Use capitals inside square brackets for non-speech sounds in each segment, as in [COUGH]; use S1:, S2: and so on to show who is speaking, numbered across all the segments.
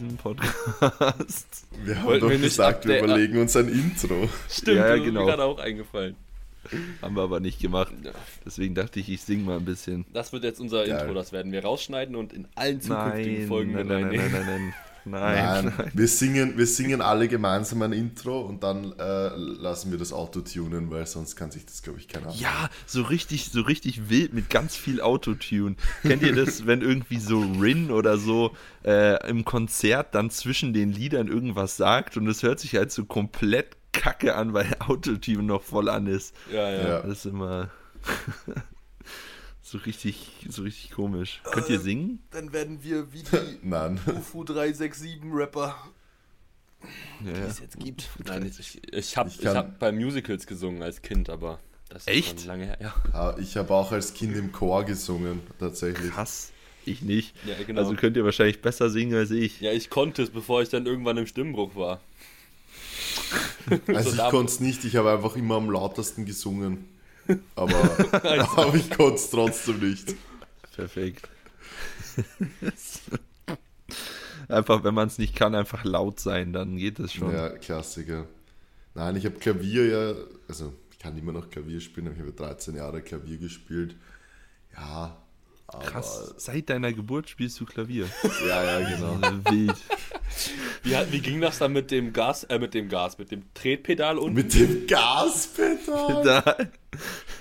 S1: im [LAUGHS] Podcast.
S2: Wir haben
S3: Wollten
S2: doch
S3: wir nicht
S2: gesagt, wir
S3: update-
S2: überlegen uns ein Intro.
S3: Stimmt,
S1: Ja, ja,
S3: das ist
S1: genau.
S3: mir gerade auch eingefallen.
S1: Haben wir aber nicht gemacht. Deswegen dachte ich, ich sing mal ein bisschen.
S3: Das wird jetzt unser
S2: Geil.
S3: Intro, das werden wir rausschneiden und in allen zukünftigen
S1: Nein,
S3: Folgen
S1: nein,
S3: mit
S1: nein, nein,
S3: reinnehmen.
S1: nein, nein, nein,
S2: Nein,
S1: nein.
S2: Wir, singen, wir singen alle gemeinsam ein Intro und dann äh, lassen wir das Auto-tunen, weil sonst kann sich das, glaube ich, keiner.
S1: Ja, so richtig, so richtig wild mit ganz viel Autotune. Kennt ihr das, wenn irgendwie so Rin oder so äh, im Konzert dann zwischen den Liedern irgendwas sagt und es hört sich halt so komplett kacke an, weil Autotune noch voll an ist.
S3: [LAUGHS] Ja, ja.
S2: Ja.
S1: Das ist immer [LAUGHS] so richtig, so richtig komisch. Könnt ihr singen?
S4: Dann werden wir wie die [LAUGHS]
S2: Nein.
S4: UFO 367 Rapper,
S1: Ja,
S4: die
S1: ja.
S4: es jetzt gibt.
S3: Nein, ich, ich habe
S2: Ich
S3: ich
S2: kann-
S3: hab bei Musicals gesungen als Kind, aber das
S1: Echt?
S3: ist schon lange her. Ja,
S2: Ah, Ich habe auch als Kind im Chor gesungen, tatsächlich.
S1: Krass. Ich nicht.
S3: Ja, genau.
S1: Also könnt ihr wahrscheinlich besser singen als ich.
S3: ja ich konnte es, bevor ich dann irgendwann im Stimmbruch war.
S2: Also
S3: So
S2: ich
S3: da-
S2: konnte es nicht, ich habe einfach immer am lautesten gesungen. Aber, [LAUGHS] aber ich konnte es trotzdem nicht.
S1: Perfekt. [LAUGHS] einfach, wenn man es nicht kann, einfach laut sein, dann geht es schon.
S2: Ja, Klassiker. Nein, ich habe Klavier ja, also ich kann immer noch Klavier spielen, aber ich habe 13 Jahre Klavier gespielt. Ja, aber,
S1: Krass. Seit deiner Geburt spielst du Klavier.
S2: Ja, ja, genau.
S1: Wild.
S3: Wie, hat- wie ging das dann mit dem Gas, äh, mit dem Gas, mit dem Tretpedal und
S2: Mit dem Gaspedal.
S1: Da,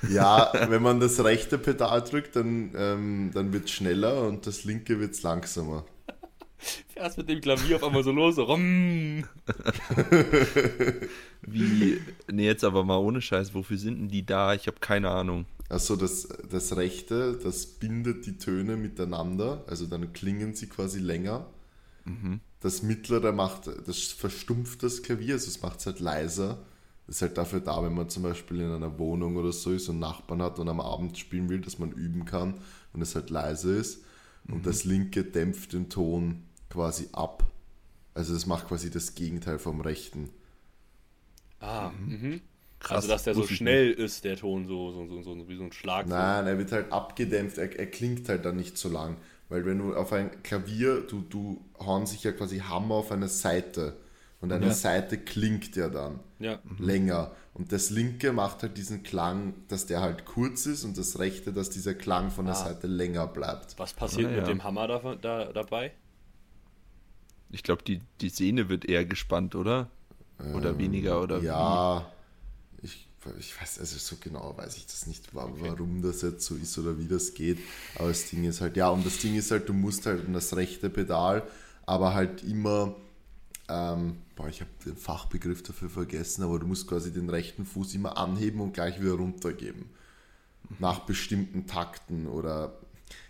S2: Ja, wenn man das rechte Pedal drückt, dann, ähm, dann wird es schneller und das linke wird es langsamer.
S3: erst mit dem Klavier auf einmal so los? So, rum.
S1: wie, nee, jetzt aber mal ohne Scheiß, wofür sind denn die da? Ich habe keine Ahnung.
S2: Also das, das rechte, das bindet die Töne miteinander, also dann klingen sie quasi länger. Das mittlere macht, das verstumpft das Klavier, also es macht es halt leiser. Ist halt dafür da, wenn man zum Beispiel in einer Wohnung oder so ist und Nachbarn hat und am Abend spielen will, dass man üben kann und es halt leise ist. Und das linke dämpft den Ton quasi ab. Also das macht quasi das Gegenteil vom rechten.
S3: Ah, mhm.
S1: Krass,
S3: also dass der so
S1: wusste ich
S3: schnell ist, der Ton, so, so, so, so wie so ein Schlag.
S2: Nein, er wird halt abgedämpft, er, er klingt halt dann nicht so lang. Weil wenn du auf ein Klavier, du, du hauen sich ja quasi Hammer auf eine Seite. Und eine Seite klingt ja dann
S3: So. Ja.
S2: länger. Und das linke macht halt diesen Klang, dass der halt kurz ist und das rechte, dass dieser Klang von der Seite länger bleibt.
S3: Was passiert
S1: Ah, ja.
S3: mit dem Hammer da, da, dabei?
S1: Ich glaube, die, die Sehne wird eher gespannt, oder? Oder weniger, oder
S2: Ähm, Ja, ich, ich weiß, also so genau weiß ich das nicht, wa- warum das jetzt so ist oder wie das geht. Aber das Ding ist halt, ja, und das Ding ist halt, du musst halt in das rechte Pedal, aber halt immer, ähm, boah, ich habe den Fachbegriff dafür vergessen, aber du musst quasi den rechten Fuß immer anheben und gleich wieder runtergeben. Nach bestimmten Takten oder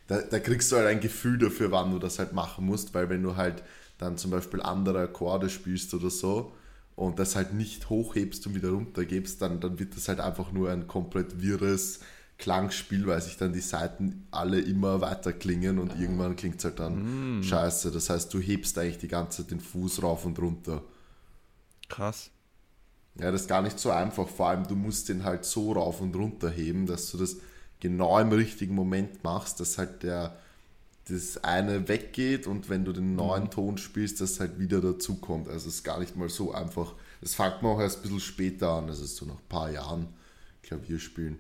S2: da, da kriegst du halt ein Gefühl dafür, wann du das halt machen musst, weil wenn du halt dann zum Beispiel andere Akkorde spielst oder so und das halt nicht hochhebst und wieder runtergibst, dann, dann wird das halt einfach nur ein komplett wirres Klangspiel, weil sich dann die Saiten alle immer weiter klingen und irgendwann klingt es halt dann scheiße. Das heißt, du hebst eigentlich die ganze Zeit den Fuß rauf und runter.
S1: wie? Krass.
S2: Ja, das ist gar nicht so einfach. Vor allem, du musst den halt so rauf und runter heben, dass du das genau im richtigen Moment machst, dass halt der das eine weggeht und wenn du den neuen Ton spielst, das halt wieder dazukommt. Also es ist gar nicht mal so einfach. Das fängt man auch erst ein bisschen später an, also so nach ein paar Jahren Klavier spielen.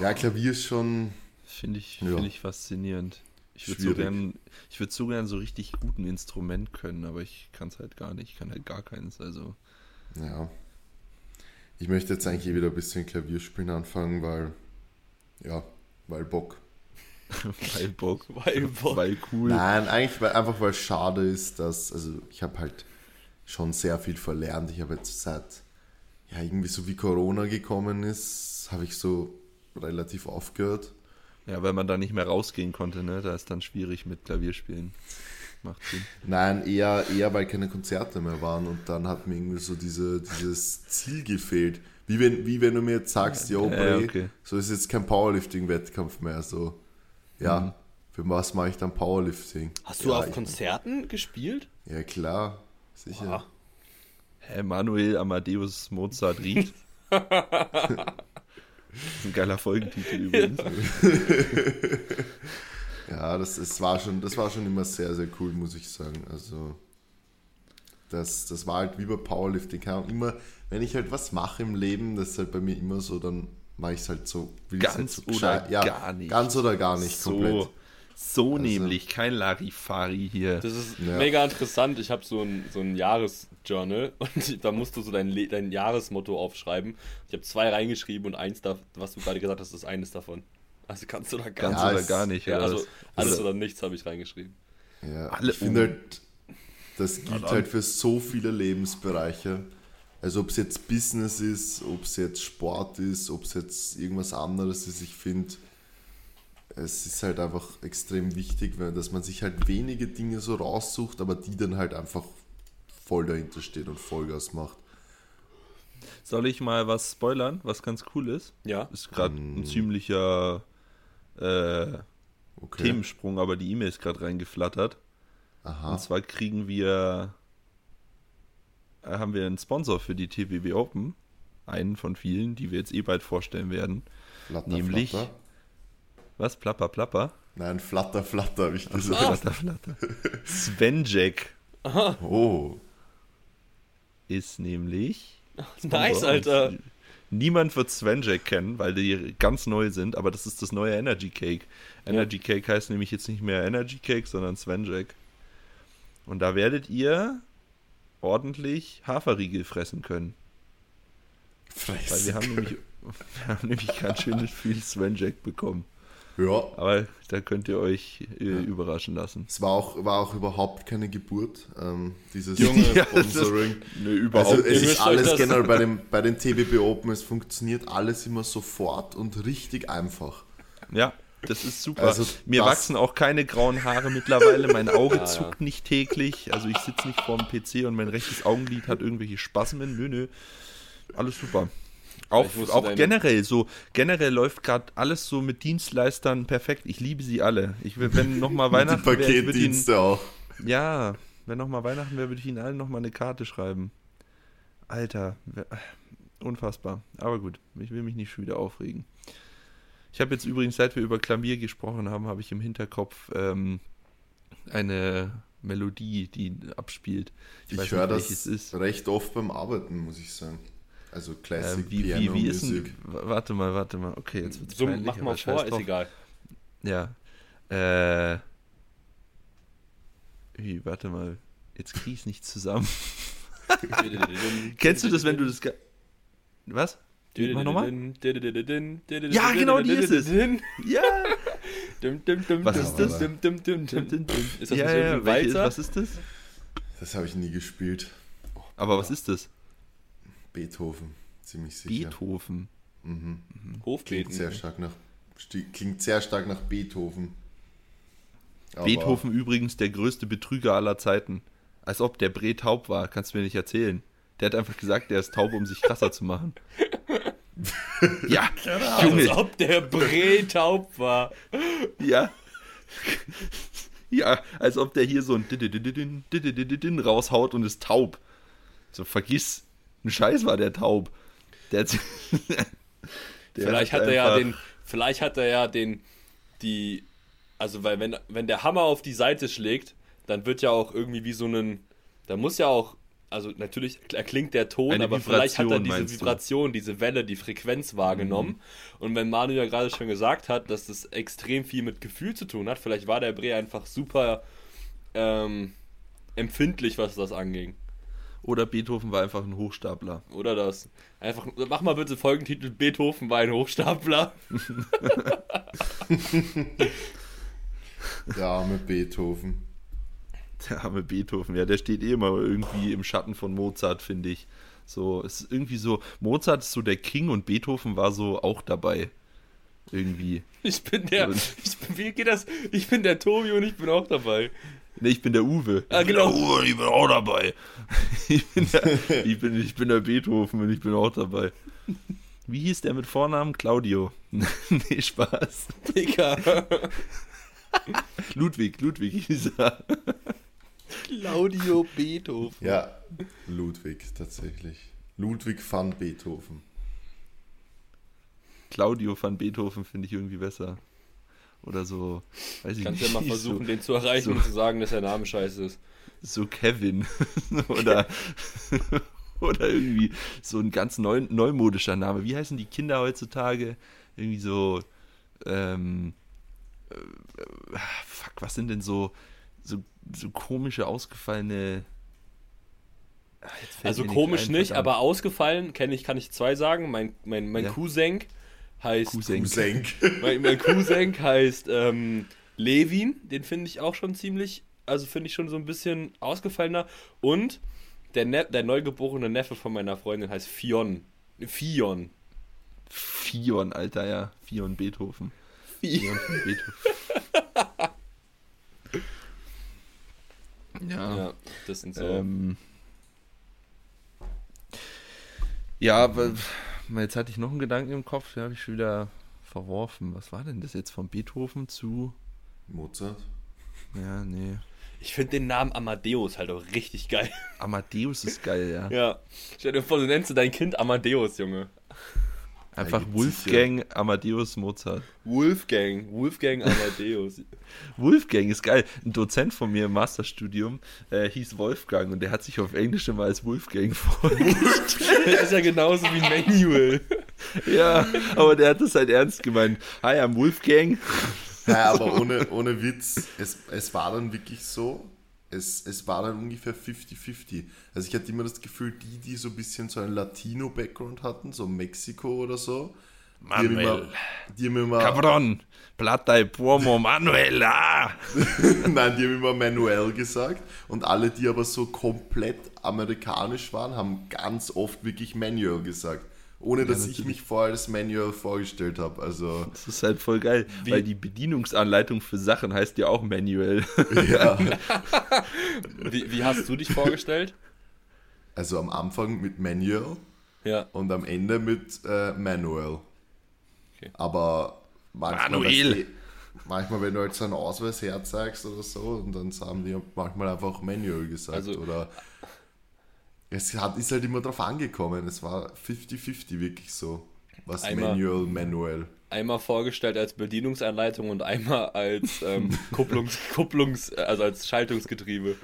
S2: Ja, Klavier ist schon.
S1: Finde ich,
S2: Ja.
S1: find ich faszinierend. Ich würde so
S2: Schwierig.
S1: gern, ich würde so gern so richtig gut ein Instrument können, aber ich kann es halt gar nicht. Ich kann halt gar keins. Also [LAUGHS]
S2: Ja. Ich möchte jetzt eigentlich eh wieder ein bisschen Klavierspielen anfangen, weil. Ja, weil Bock.
S1: weil Bock,
S3: Weil Bock.
S1: weil cool.
S2: Nein, eigentlich weil, einfach weil es schade ist, dass, also ich habe halt schon sehr viel verlernt. Ich habe jetzt seit, ja, irgendwie so wie Corona gekommen ist, habe ich so relativ aufgehört.
S1: Ja, weil man da nicht mehr rausgehen konnte, ne? Da ist dann schwierig mit Klavierspielen. Macht Sinn.
S2: Nein, eher, eher weil keine Konzerte mehr waren und dann hat mir irgendwie so diese, dieses Ziel gefehlt. Wie wenn, wie wenn du mir jetzt sagst, yo,
S1: Ja,
S2: Bray,
S1: okay.
S2: so ist jetzt kein Powerlifting-Wettkampf mehr, so. Ja,
S1: Mhm.
S2: für was mache ich dann Powerlifting?
S3: Hast du
S2: ja,
S3: auf
S2: ich-
S3: Konzerten gespielt?
S2: Ja, klar, sicher.
S3: Oha.
S1: Hä, Manuel Amadeus Mozart Ried. das ist ein geiler Folgentitel übrigens.
S2: Ja, das, es war schon, das war schon immer sehr, sehr cool, muss ich sagen. Also, das, das war halt wie bei Powerlifting. Keine Ahnung, immer, wenn ich halt was mache im Leben, das ist halt bei mir immer so, dann mache ich es halt so. will ich's
S1: Ganz
S2: halt so
S1: oder
S2: gescheit-
S1: gar nicht.
S2: Ganz oder gar nicht, komplett. Also,
S1: So, so nämlich, kein Larifari hier.
S3: Das ist
S2: Ja.
S3: mega interessant. Ich habe so ein, so ein Jahresjournal [LAUGHS] und da musst du so dein, Le- dein Jahresmotto aufschreiben. Ich habe zwei reingeschrieben und eins, da, was du gerade gesagt hast, ist eines davon. Also kannst du da gar
S1: Ganz
S2: Ja,
S1: oder
S2: es-
S1: gar nicht.
S3: Ja,
S1: oder?
S3: also alles
S1: also-
S3: oder nichts habe ich reingeschrieben.
S2: Ja,
S1: Alle
S2: ich finde
S1: um.
S2: halt, das gilt halt für so viele Lebensbereiche. Also ob es jetzt Business ist, ob es jetzt Sport ist, ob es jetzt irgendwas anderes ist, ich finde, es ist halt einfach extrem wichtig, weil- dass man sich halt wenige Dinge so raussucht, aber die dann halt einfach voll dahinter steht und Vollgas macht.
S1: Soll ich mal was spoilern, was ganz cool ist?
S3: Ja.
S1: Ist gerade ein ziemlicher äh,
S2: Hm. Okay.
S1: Themensprung, aber die E-Mail ist gerade reingeflattert. Und
S2: Aha.
S1: zwar kriegen wir, äh, haben wir einen Sponsor für die TBB Open. Einen von vielen, die wir jetzt eh bald vorstellen werden.
S2: Flatter,
S1: nämlich-
S2: Flatter.
S1: Was? Plapper, plapper?
S2: Nein, Flatter, Flatter habe ich gesagt.
S1: Flatter, flatter. Svenjack Ah.
S2: Oh.
S1: ist nämlich...
S3: [LAUGHS] Nice,
S1: Sponsor.
S3: Alter.
S1: Und Niemand wird Svenjack kennen, weil die ganz neu sind, aber das ist das neue Energy Cake. Energy Cake heißt nämlich jetzt nicht mehr Energy Cake, sondern Svenjack. Und da werdet ihr ordentlich Haferriegel fressen können. Weil wir
S2: Fresse.
S3: [LAUGHS]
S1: haben nämlich, wir haben nämlich ganz schön viel Svenjack bekommen.
S2: Ja,
S1: Aber da könnt ihr euch äh, überraschen lassen.
S2: Es war auch, war auch überhaupt keine Geburt, ähm, dieses
S3: Junge,
S1: [LAUGHS] Ja, das ist-
S2: Sponsoring.
S1: Nö, überhaupt
S2: Also es
S3: Ihr
S2: ist
S3: müsst euch
S2: alles
S3: das-
S2: generell bei, dem,
S1: [LAUGHS]
S2: bei den TBB Open, es funktioniert alles immer sofort und richtig einfach.
S1: Ja, das ist super.
S2: Also
S1: Mir
S2: das-
S1: wachsen auch keine grauen Haare mittlerweile.
S2: [LAUGHS]
S1: Mein Auge zuckt nicht täglich. Also ich sitze nicht vorm PC und mein rechtes Augenlid hat irgendwelche Spasmen. Nö, nö. Alles super. Auch,
S3: Ich wusste
S1: auch
S3: deine-
S1: generell so. Generell läuft gerade alles so mit Dienstleistern perfekt. Ich liebe sie alle. Ich will, wenn
S2: [LAUGHS]
S1: nochmal
S2: Die
S1: Weihnachten wär, ich würd ihnen-
S2: Paketdienste auch.
S1: Ja, wenn nochmal Weihnachten wäre, würde ich Ihnen allen nochmal eine Karte schreiben. Alter, wer- unfassbar. Aber gut, ich will mich nicht schon wieder aufregen. Ich habe jetzt übrigens, seit wir über Klavier gesprochen haben, habe ich im Hinterkopf ähm, eine Melodie, die abspielt.
S2: Ich,
S1: weiß nicht,
S2: höre
S1: welches
S2: das
S1: ist.
S2: recht oft beim Arbeiten, muss ich sagen. Also Classic
S1: Äh, wie, wie,
S2: Piano
S1: wie ist denn.
S2: Music.
S1: w- Warte mal, warte mal. Okay, jetzt wird's
S3: So,
S1: peinlich,
S3: mach
S1: aber
S3: mal
S1: scheiß
S3: vor, ist
S1: drauf.
S3: egal.
S1: Ja. Äh. Ui, warte mal. Jetzt krieg ich's nicht zusammen. [LAUGHS] Kennst du das, wenn du das. Ge Was? Mach nochmal.
S3: Ja,
S1: Ja, genau, die ist es. Ja!
S3: Was
S1: Was ist
S2: das?
S3: [LAUGHS] Ist das nicht
S1: ja,
S3: irgendwie
S1: ja, welche,
S3: ein Walzer?
S1: was ist das?
S2: Das habe ich nie gespielt.
S1: Aber was ist das?
S2: Beethoven, ziemlich sicher.
S1: Beethoven.
S2: Klingt sehr
S3: Hofbeten.
S2: stark nach, sti- klingt sehr stark nach Beethoven. Aber-
S1: Beethoven übrigens der größte Betrüger aller Zeiten. Als ob der Bre taub war, kannst du mir nicht erzählen. Der hat einfach gesagt, der ist taub, um sich krasser zu machen. [LAUGHS] ja,
S2: Genau.
S3: Als
S1: Junge,
S3: ob der Bre taub war.
S1: ja. Ja, als ob der hier so ein Dididididin, Dididididin raushaut und ist taub. So, vergiss, ein Scheiß war der taub. Der hat, [LAUGHS] der
S3: vielleicht hat er ja
S1: einfach-
S3: den, vielleicht hat er ja den, die, also weil wenn, wenn der Hammer auf die Seite schlägt, dann wird ja auch irgendwie wie so ein, da muss ja auch, also natürlich erklingt der Ton,
S1: Eine
S3: aber vielleicht hat
S1: Vibration,
S3: er diese
S1: meinst du? Mhm.
S3: Vibration, diese Welle, die Frequenz wahrgenommen. Und wenn Manu ja gerade schon gesagt hat, dass das extrem viel mit Gefühl zu tun hat, vielleicht war der Bre einfach super ähm, empfindlich, was das anging.
S1: Oder Beethoven war einfach ein Hochstapler.
S3: Oder das? Einfach, mach mal bitte Folgentitel: Beethoven war ein Hochstapler.
S2: Der arme Beethoven.
S1: Der arme Beethoven, ja, der steht eh immer irgendwie im Schatten von Mozart, finde ich. So, es ist irgendwie so, Mozart ist so der King und Beethoven war so auch dabei. Irgendwie.
S3: Ich bin der.
S1: Und-
S3: Ich bin, wie geht das? Ich bin der Tobi und ich bin auch dabei.
S1: Ne, ich bin der Uwe.
S3: Ah, genau.
S1: Ich bin der Uwe und ich bin auch dabei. [LAUGHS] Ich bin der, ich bin, ich bin der Beethoven und ich bin auch dabei. Wie hieß der mit Vornamen? Claudio. [LAUGHS] nee, Spaß.
S3: Digga.
S1: Ludwig, Ludwig hieß er.
S4: Claudio Beethoven.
S2: Ja, Ludwig tatsächlich. Ludwig van Beethoven.
S1: Claudio van Beethoven finde ich irgendwie besser. Oder so, weiß ich
S3: Kannst ja
S1: nicht. [LAUGHS]
S3: mal versuchen, den zu erreichen
S1: so-
S3: und zu sagen, dass der Name scheiße ist.
S1: so, so Kevin. [LAUGHS] oder, oder irgendwie so ein ganz neu, neumodischer Name. Wie heißen die Kinder heutzutage? Irgendwie so, ähm, äh, äh, fuck, was sind denn so, so, so komische, ausgefallene. Ah, jetzt fällt
S3: Also
S1: mir
S3: komisch
S1: ein,
S3: nicht,
S1: verdammt.
S3: aber ausgefallen kenne ich, kann ich zwei sagen. Mein, mein, mein
S1: Ja.
S3: Cousin heißt.
S1: Cousin.
S2: Senk.
S3: Mein, mein Cousin heißt ähm, Levin, den finde ich auch schon ziemlich, also finde ich schon so ein bisschen ausgefallener. Und der, ne der neugeborene Neffe von meiner Freundin heißt Fion. Fion.
S1: Fion, Alter, ja. Fion Beethoven.
S4: Wie?
S1: Fion von Beethoven.
S3: [LAUGHS]
S1: ja.
S3: Ja, das sind so.
S1: Ah. Ähm, ja, aber jetzt hatte ich noch einen Gedanken im Kopf, den habe ich schon wieder verworfen. Was war denn das jetzt von Beethoven zu?
S2: [LAUGHS] Mozart?
S1: Ja, nee.
S3: Ich finde den Namen Amadeus halt auch richtig geil.
S1: Amadeus ist geil, ja.
S3: [LAUGHS] Ja. Stell dir vor, du nennst du dein Kind Amadeus, Junge.
S1: Einfach
S2: gibt's
S1: Wolfgang, Amadeus, Mozart.
S3: Wolfgang. Wolfgang Amadeus.
S1: Wolfgang ist geil. Ein Dozent von mir im Masterstudium äh, hieß Wolfgang und der hat sich auf Englisch immer als Wolfgang [LAUGHS] vorgestellt.
S3: das ist ja genauso wie Manuel.
S1: ja, aber der hat das halt ernst gemeint. Hi, I'm Wolfgang.
S2: Naja, aber ohne, ohne Witz, es, es war dann wirklich so, es, es war dann ungefähr 50-50. Also ich hatte immer das Gefühl, die, die so ein bisschen so einen Latino-Background hatten, so Mexiko oder so, die haben immer,
S1: Manuel.
S2: die haben immer
S1: Cabron, Plata y Pomo, Manuel, ah!
S2: Nein, die haben immer Manuel gesagt. Und alle, die aber so komplett amerikanisch waren, haben ganz oft wirklich Manuel gesagt. Ohne dass ich mich vorher als Manuel vorgestellt habe. Also,
S1: Das ist halt voll geil, weil die Bedienungsanleitung für Sachen heißt ja auch Manual.
S2: ja.
S3: Wie, wie hast du dich vorgestellt?
S2: also am Anfang mit Manuel
S3: Ja.
S2: und am Ende mit äh, Manuel. Aber manchmal,
S1: Manuel.
S2: weißt du, manchmal, wenn du halt so einen Ausweis herzeigst oder so, und dann haben die manchmal einfach Manuel gesagt.
S3: Also-
S2: oder es hat, ist halt immer drauf angekommen. Es war 50-50 wirklich so. Was
S3: Einmal-
S2: Manuel, Manuel.
S3: Einmal vorgestellt als Bedienungsanleitung und einmal als ähm, Kupplungs, Kupplungs, also als Schaltungsgetriebe.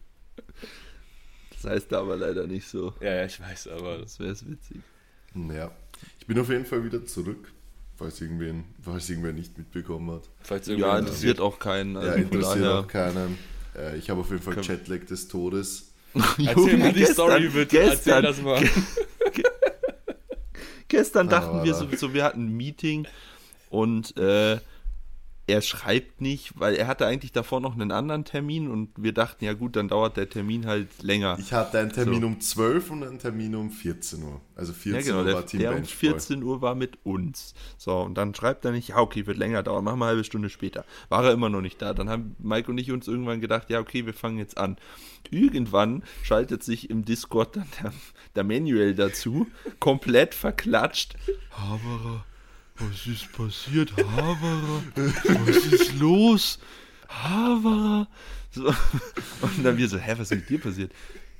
S1: [LAUGHS] Das heißt da aber leider nicht so.
S3: Ja, ja, ich weiß, aber das
S1: Das wäre es witzig.
S2: Hm, Ja. Ich bin auf jeden Fall wieder zurück, falls irgendwen, falls irgendwer nicht mitbekommen hat.
S3: falls
S1: Ja,
S3: irgendwer
S1: interessiert auch keinen.
S2: Ja,
S1: Also von
S2: interessiert
S1: daher.
S2: auch keinen. Äh, Ich habe auf jeden Fall Jetlag des Todes.
S1: [LAUGHS]
S3: Erzähl mal die
S1: gestern-
S3: Story bitte, erzähl
S1: Gestern,
S3: das mal.
S1: gestern dachten
S2: Aber
S1: wir
S2: da-
S1: sowieso, wir hatten ein Meeting und äh, er schreibt nicht, weil er hatte eigentlich davor noch einen anderen Termin und wir dachten, ja gut, dann dauert der Termin halt länger.
S2: Ich hatte einen Termin
S1: So.
S2: um 12 und einen Termin um 14 Uhr. Also 14
S1: Ja, genau,
S2: Uhr
S1: der,
S2: war Team
S1: der um
S2: Bench voll.
S1: 14 Uhr war mit uns. So, und dann schreibt er nicht, ja, okay, wird länger dauern, machen wir eine halbe Stunde später. War er immer noch nicht da. Dann haben Mike und ich uns irgendwann gedacht, ja, okay, wir fangen jetzt an. Irgendwann schaltet sich im Discord dann der, der Manuel dazu, komplett verklatscht. Haberer, was ist passiert? Haberer, Oh, was ist los? Haberer. So. Und dann wir so, hä, was ist mit dir passiert?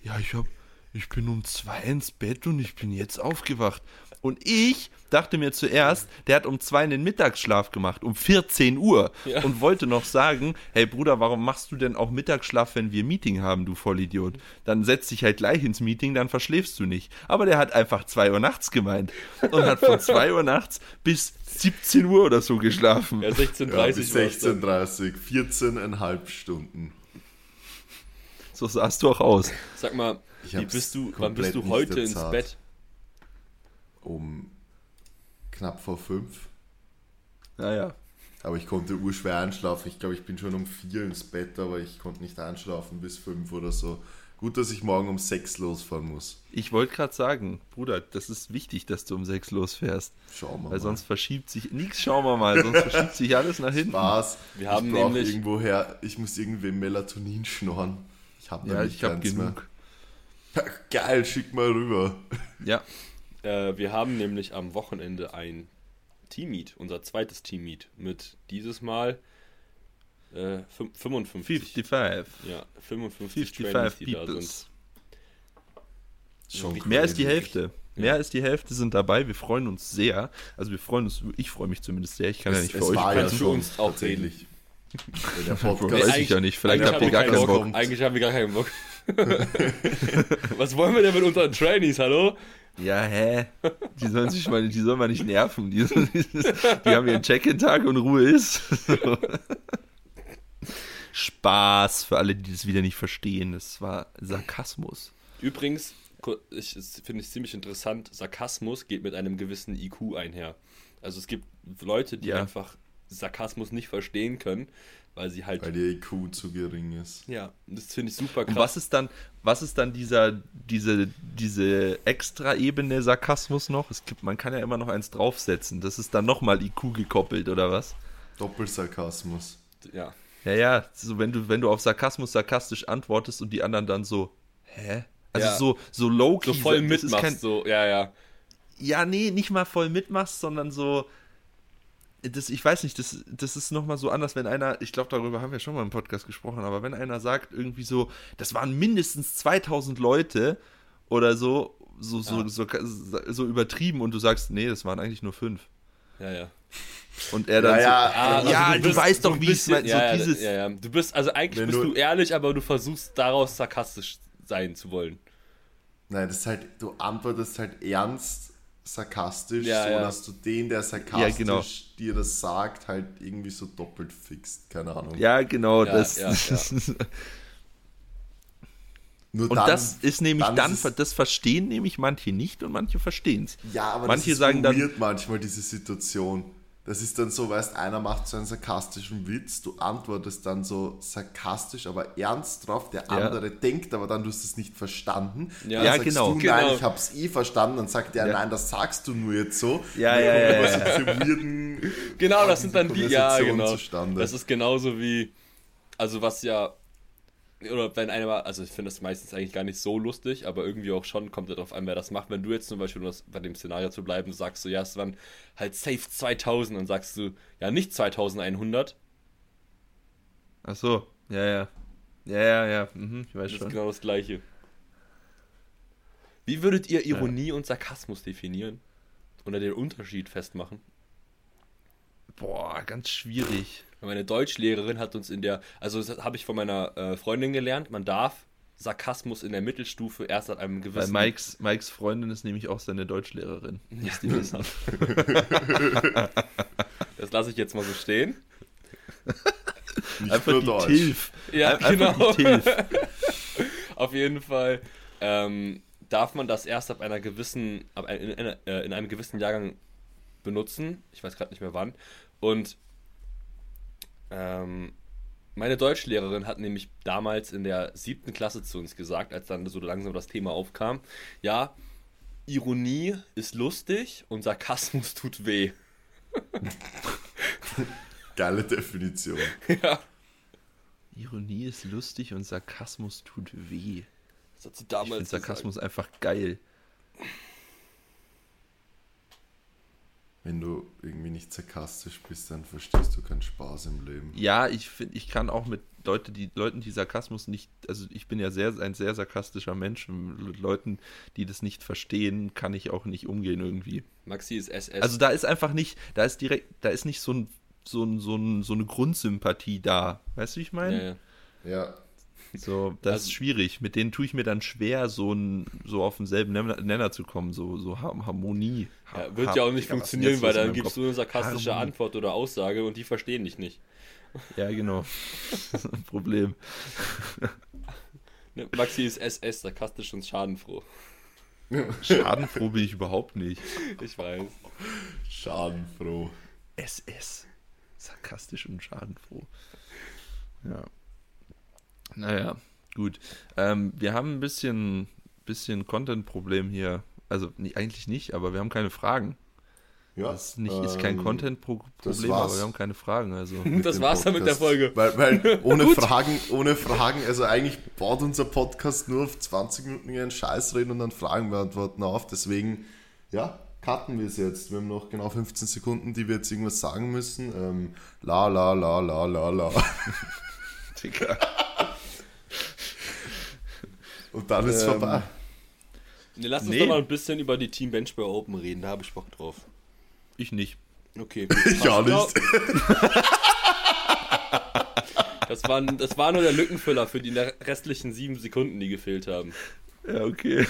S1: Ja, ich hab, ich bin um zwei ins Bett und ich bin jetzt aufgewacht. Und ich dachte mir zuerst, der hat um zwei den Mittagsschlaf gemacht, um 14 Uhr.
S3: Ja.
S1: Und wollte noch sagen, hey Bruder, warum machst du denn auch Mittagsschlaf, wenn wir Meeting haben, du Vollidiot? Dann setz dich halt gleich ins Meeting, dann verschläfst du nicht. Aber der hat einfach zwei Uhr nachts gemeint und hat
S3: [LAUGHS]
S1: von zwei Uhr nachts bis 17 Uhr oder so geschlafen.
S3: Ja, 16.30
S2: Ja, bis
S3: war's dann.
S2: 16.30 14,5 Stunden.
S1: So sahst du auch aus.
S3: Sag mal,
S2: Ich
S3: wie
S2: hab's
S3: bist du, wann bist
S2: komplett
S3: du
S2: nicht
S3: heute ins
S2: bezahlt.
S3: Bett?
S2: Um knapp vor 5.
S1: Naja.
S2: Aber ich konnte urschwer einschlafen. Ich glaube, ich bin schon um 4 ins Bett, aber ich konnte nicht einschlafen bis 5 oder so. Gut, dass ich morgen um 6 losfahren muss.
S1: Ich wollte gerade sagen, Bruder, das ist wichtig, dass du um sechs losfährst.
S2: Schauen
S3: Oh
S2: wir mal.
S1: Weil sonst verschiebt sich nichts, schauen wir mal, sonst verschiebt sich alles
S3: [LAUGHS]
S1: nach hinten. [LAUGHS]
S2: Spaß.
S3: Wir haben
S2: ich brauch
S3: nämlich-
S2: irgendwoher, ich muss irgendwem Melatonin schnorren. Ich habe
S1: Ja,
S2: nämlich
S1: ich habe
S2: keins
S3: ne?
S1: genug.
S2: mehr. Geil, schick mal rüber.
S1: Ja,
S3: Äh, wir haben nämlich am Wochenende ein Team-Meet, unser zweites Team-Meet mit dieses Mal äh, fün- 55.
S1: 55.
S3: Ja, 55 Trainees,
S1: 55
S3: die da sind.
S1: Peoples.
S2: Schon
S1: Mehr als
S2: crazy.
S1: die Hälfte. Mehr als die Hälfte sind dabei. Wir freuen uns sehr. Also wir freuen uns, ich freue mich zumindest sehr. Ich kann ja nicht für euch
S3: war ja-
S1: sprechen.
S3: für
S2: schon
S3: uns
S1: [LAUGHS]
S3: auch
S2: tatsächlich. Der
S1: Weiß
S2: Podcast.
S1: ich ja nicht. Vielleicht
S3: eigentlich
S1: habt ihr
S3: haben
S1: gar
S3: wir
S1: keinen Bock.
S2: Bock.
S3: Eigentlich haben wir gar keinen Bock.
S1: [LAUGHS]
S3: Was wollen wir denn mit unseren Trainees, hallo?
S1: Ja, hä? Die sollen sich mal, die sollen mal nicht nerven. Die, die haben ihren Check-in-Tag und Ruhe ist. So. Spaß für alle, die das wieder nicht verstehen. Das war Sarkasmus.
S3: Übrigens, ku- ich es finde ich ziemlich interessant, Sarkasmus geht mit einem gewissen IQ einher. Also es gibt Leute, die
S1: Ja.
S3: einfach Sarkasmus nicht verstehen können, weil sie halt.
S2: Weil der IQ zu gering ist.
S3: ja, das finde ich super
S1: Und
S3: krass.
S1: was ist dann, was ist dann dieser, diese, diese Extra-Ebene Sarkasmus noch? Es gibt, man kann ja immer noch eins draufsetzen. Das ist dann nochmal IQ gekoppelt, oder was?
S2: Doppelsarkasmus.
S3: Ja.
S1: Ja, ja, so wenn du, wenn du auf Sarkasmus sarkastisch antwortest und die anderen dann so, hä? Also
S3: Ja.
S1: so, so low
S3: So voll mitmachst, so, ja, ja.
S1: ja, nee, nicht mal voll mitmachst, sondern so. Das, ich weiß nicht, das, das ist nochmal so anders, wenn einer, ich glaube, darüber haben wir schon mal im Podcast gesprochen, aber wenn einer sagt, irgendwie so, das waren mindestens 2000 Leute oder so, so, so,
S3: Ja.
S1: so, so, übertrieben und du sagst, nee, das waren eigentlich nur fünf.
S3: Ja, ja.
S1: Und er dann
S2: ja,
S3: Ah,
S1: so, ja,
S3: also
S1: du, weißt doch, wie ich
S3: bist
S1: mein, so
S3: ja, ja,
S1: dieses,
S3: ja, ja. Du bist, also eigentlich
S2: Wenn
S3: bist
S2: du-
S3: du ehrlich, aber du versuchst daraus sarkastisch sein zu wollen.
S2: Nein, das ist halt, du antwortest halt ernst, sarkastisch,
S3: Ja,
S2: so
S3: ja.
S2: dass du den, der sarkastisch
S1: genau.
S2: dir das sagt, halt irgendwie so doppelt fixt. Keine Ahnung.
S1: ja, genau,
S3: Ja,
S1: das,
S3: ja, ja.
S1: [LAUGHS]
S2: Nur
S1: Und
S2: dann,
S1: das ist nämlich dann,
S2: dann ist es-
S1: das verstehen nämlich manche nicht und manche verstehen es.
S2: Ja, aber
S1: manche
S2: das ist
S1: sagen
S2: so
S1: dann,
S2: weird manchmal diese Situation. Das ist dann so, weißt, einer macht so einen sarkastischen Witz, du antwortest dann so sarkastisch, aber ernst drauf, der andere denkt aber dann, du hast es nicht verstanden.
S3: Ja.
S2: dann
S1: Ja,
S2: sagst
S1: genau.
S2: du,
S3: Genau.
S2: nein, ich hab's eh verstanden, dann sagt der,
S1: Ja.
S2: nein, das sagst du nur jetzt so.
S1: Ja,
S2: Und dann
S1: ja, ja,
S2: kommen
S1: ja,
S2: immer so diese weirden
S3: Genau, das sind dann die, ja,
S2: Konversation
S3: genau.
S2: zustande.
S3: Das ist genauso wie, also was ja, oder wenn einer, mal- also ich finde das meistens eigentlich gar nicht so lustig, aber irgendwie auch schon, kommt darauf an, wer das macht. Wenn du jetzt zum Beispiel, um das, bei dem Szenario zu bleiben, sagst du, ja, es waren halt safe 2000 und sagst du, ja, nicht 2100,
S1: Ach so, ja, ja. Ja, ja, ja, mhm, ich weiß
S3: das ist
S1: schon.
S3: genau das Gleiche. Wie würdet ihr Ironie und Sarkasmus definieren? Oder den Unterschied festmachen?
S1: Boah, ganz schwierig.
S3: Meine Deutschlehrerin hat uns in der, also das habe ich von meiner äh, Freundin gelernt, man darf Sarkasmus in der Mittelstufe erst an einem
S1: Weil
S3: gewissen.
S1: Mikes, Mikes Freundin ist nämlich auch seine Deutschlehrerin.
S3: Ja,
S1: [LAUGHS]
S3: das lasse ich jetzt mal so stehen.
S2: nicht
S1: Einfach
S2: nur
S1: die
S2: Deutsch.
S1: Tilf.
S3: Ja,
S1: Ein- einfach
S3: genau.
S1: die Tilf.
S3: [LAUGHS] Auf jeden Fall ähm, darf man das erst ab einer gewissen, ab ein, in, in, äh, in einem gewissen Jahrgang benutzen. Ich weiß gerade nicht mehr wann. Und ähm, meine Deutschlehrerin hat nämlich damals in der siebten Klasse zu uns gesagt, als dann so langsam das Thema aufkam, ja, Ironie ist lustig und Sarkasmus tut weh.
S2: Geile Definition.
S3: ja.
S1: Ironie ist lustig und Sarkasmus tut weh.
S3: Das hat sie
S1: Ich finde
S3: damals
S1: Sarkasmus einfach geil.
S2: Wenn du irgendwie nicht sarkastisch bist, dann verstehst du keinen Spaß im Leben.
S1: Ja, ich finde, ich kann auch mit Leute, die, Leuten, die Sarkasmus nicht, also ich bin ja sehr, ein sehr sarkastischer Mensch. und Mit Leuten, die das nicht verstehen, kann ich auch nicht umgehen irgendwie.
S3: gesagt. Maxi ist SS.
S1: Also da ist einfach nicht, da ist direkt, da ist nicht so ein, so ein, so ein, so eine Grundsympathie da. Weißt du, wie ich
S3: ja,
S1: meine?
S3: ja.
S2: Ja,
S1: So, das
S3: Also-
S1: ist schwierig. Mit denen tue ich mir dann schwer, so, ein, so auf denselben Nenner, Nenner zu kommen, so, so Har- Harmonie. Ha-
S3: Ja, wird
S1: ha-
S3: ja auch nicht
S1: Digga, was ist denn
S3: funktionieren,
S1: jetzt
S3: weil
S1: los in
S3: dann
S1: meinem
S3: gibst
S1: Kopf?
S3: du eine sarkastische
S1: Harmonie.
S3: Antwort oder Aussage und die verstehen dich nicht.
S1: Ja, genau. [LAUGHS] Problem.
S3: Ne? Maxi ist SS, sarkastisch und schadenfroh. [LAUGHS]
S1: Schadenfroh bin ich überhaupt nicht.
S3: Ich weiß.
S2: schadenfroh.
S1: SS. Sarkastisch und schadenfroh. Ja. Naja, gut. Ähm, wir haben ein bisschen, bisschen Content-Problem hier. Also nee, eigentlich nicht, aber wir haben keine Fragen.
S2: Ja,
S1: Das ist, nicht, ist kein
S2: ähm, das
S1: Content-Problem,
S2: war's.
S1: aber wir haben keine Fragen. Also.
S2: mit
S3: Das
S2: dem
S3: war's dann mit der
S2: Podcast.
S3: Folge.
S2: Weil, weil ohne Fragen, ohne Fragen, also eigentlich baut unser Podcast nur auf 20 Minuten ihren Scheiß reden und dann Fragen beantworten auf. Deswegen, ja, cutten wir es jetzt. Wir haben noch genau 15 Sekunden, die wir jetzt irgendwas sagen müssen. Ähm, la la la la la la.
S1: Digga.
S2: Und dann ist
S1: Ähm,
S2: vorbei.
S3: Nee, lass uns
S1: Nee.
S3: doch mal ein bisschen über die Team Bench bei Open reden, da habe ich Bock drauf.
S1: Ich nicht.
S3: Okay.
S2: Ich auch
S3: Passt. Genau. [LAUGHS] Das war, das war nur der Lückenfüller für die restlichen sieben Sekunden, die gefehlt haben.
S1: Ja, okay.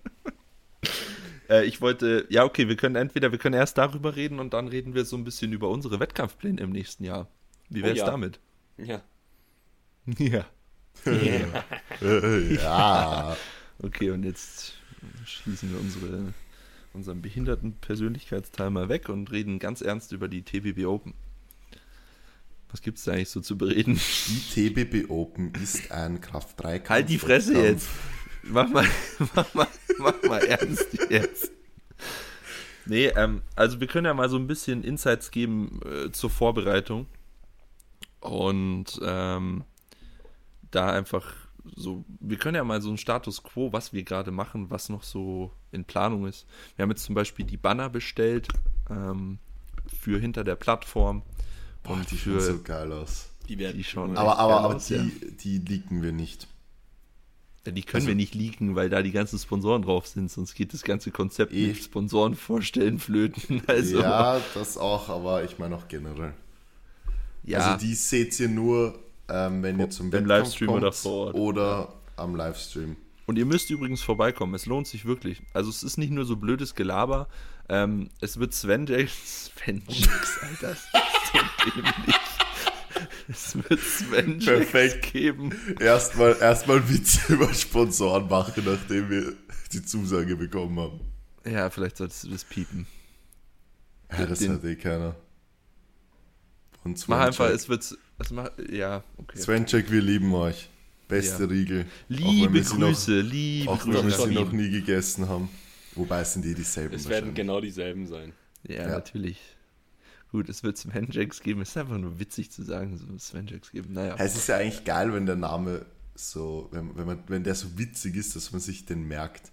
S1: [LAUGHS] äh, ich wollte, ja, okay, wir können entweder, wir können erst darüber reden und dann reden wir so ein bisschen über unsere Wettkampfpläne im nächsten Jahr. Wie
S3: Oh
S1: wär's
S3: ja.
S1: damit? [LAUGHS]
S3: Ja.
S1: Ja.
S2: Äh, Ja.
S1: Okay, und jetzt schließen wir unsere, unseren behinderten Persönlichkeitsteil mal weg und reden ganz ernst über die TBB Open. Was gibt's da eigentlich so zu bereden?
S2: Die TBB Open ist ein Kraft 3 Kampf.
S1: Halt die Fresse jetzt. Mach mal, [LAUGHS] mach mal, mach mal ernst jetzt. Nee, ähm, also wir können ja mal so ein bisschen Insights geben äh, zur Vorbereitung. Und ähm, da einfach so, wir können ja mal so einen Status quo, was wir gerade machen, was noch so in Planung ist. Wir haben jetzt zum Beispiel die Banner bestellt ähm, für hinter der Plattform.
S2: Boah,
S1: und
S2: die
S1: für,
S2: schauen so geil aus.
S3: Die werden
S1: Die schon.
S2: Aber, aber,
S1: geil
S2: aber
S1: aus,
S2: die,
S1: ja.
S2: die liegen wir nicht.
S1: Ja, die können
S2: Also-
S1: wir nicht leaken, weil da die ganzen Sponsoren drauf sind, sonst geht das ganze Konzept
S2: Eh.
S1: mit Sponsoren vorstellen, flöten. [LAUGHS] Also,
S2: Ja, das auch, aber ich meine auch generell.
S1: ja.
S2: Also die seht ihr nur, ähm, wenn ihr zum
S1: Im
S2: Wettkampf
S1: Livestream
S2: kommt
S1: oder vor Ort.
S2: Oder am Livestream.
S1: Und ihr müsst übrigens vorbeikommen, es lohnt sich wirklich. Also es ist nicht nur so blödes Gelaber, ähm, es wird Sven Jakes, [LAUGHS] Sven Jakes, Oh, Alter, das ist so dämlich. [LAUGHS] Es wird Sven Jakes
S2: Perfekt.
S1: geben.
S2: Erstmal, erstmal Witze [LAUGHS] über Sponsoren machen, nachdem wir die Zusage bekommen haben.
S1: Ja, vielleicht solltest du das piepen.
S2: Ja, das
S1: Den-
S2: hat eh keiner. Und Sven
S1: Mach einfach,
S2: Check.
S1: es wird, es macht, ja, okay.
S2: Sven Check, wir lieben euch. Beste
S1: Ja.
S2: Riegel. Auch wenn
S1: Liebe
S2: wir sie
S1: Grüße, liebe
S2: Noch, auch wenn
S1: Grüße.
S2: wir
S1: nach
S2: sie
S1: Wien.
S2: noch nie gegessen haben. Wobei es sind die dieselben
S3: Es werden
S2: wahrscheinlich.
S3: genau dieselben sein.
S1: Ja,
S2: Ja.
S1: natürlich. Gut, es wird Sven Jacks geben. Es ist einfach nur witzig zu sagen, so Sven Jacks geben. Naja.
S2: Es ist ja eigentlich geil, wenn der Name so, wenn, wenn, man, wenn der so witzig ist, dass man sich den merkt.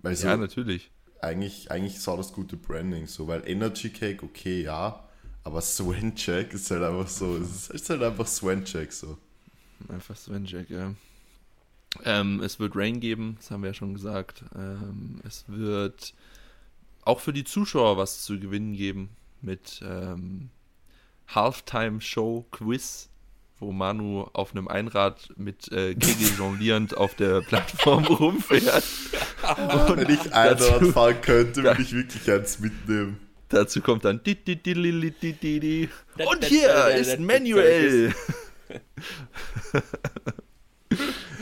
S2: Weil so
S1: ja, natürlich.
S2: eigentlich, eigentlich sah das gute Branding so, weil Energy Cake, okay, ja, aber Swan Check ist halt einfach so, es ist halt einfach Swan Check so.
S1: Einfach Sven Jack, ja. Ähm, es wird Rain geben, das haben wir ja schon gesagt. Ähm, es wird auch für die Zuschauer was zu gewinnen geben mit ähm, Halftime-Show-Quiz, wo Manu auf einem Einrad mit äh, Kegel [LAUGHS] jonglierend auf der Plattform [LAUGHS] rumfährt.
S2: Wenn ich einen dort
S1: dazu-
S2: fahren könnte, würde ich wirklich eins mitnehmen.
S1: Dazu kommt dann. di- di- di- li- li- di- di- di. Und hier ist Manuel.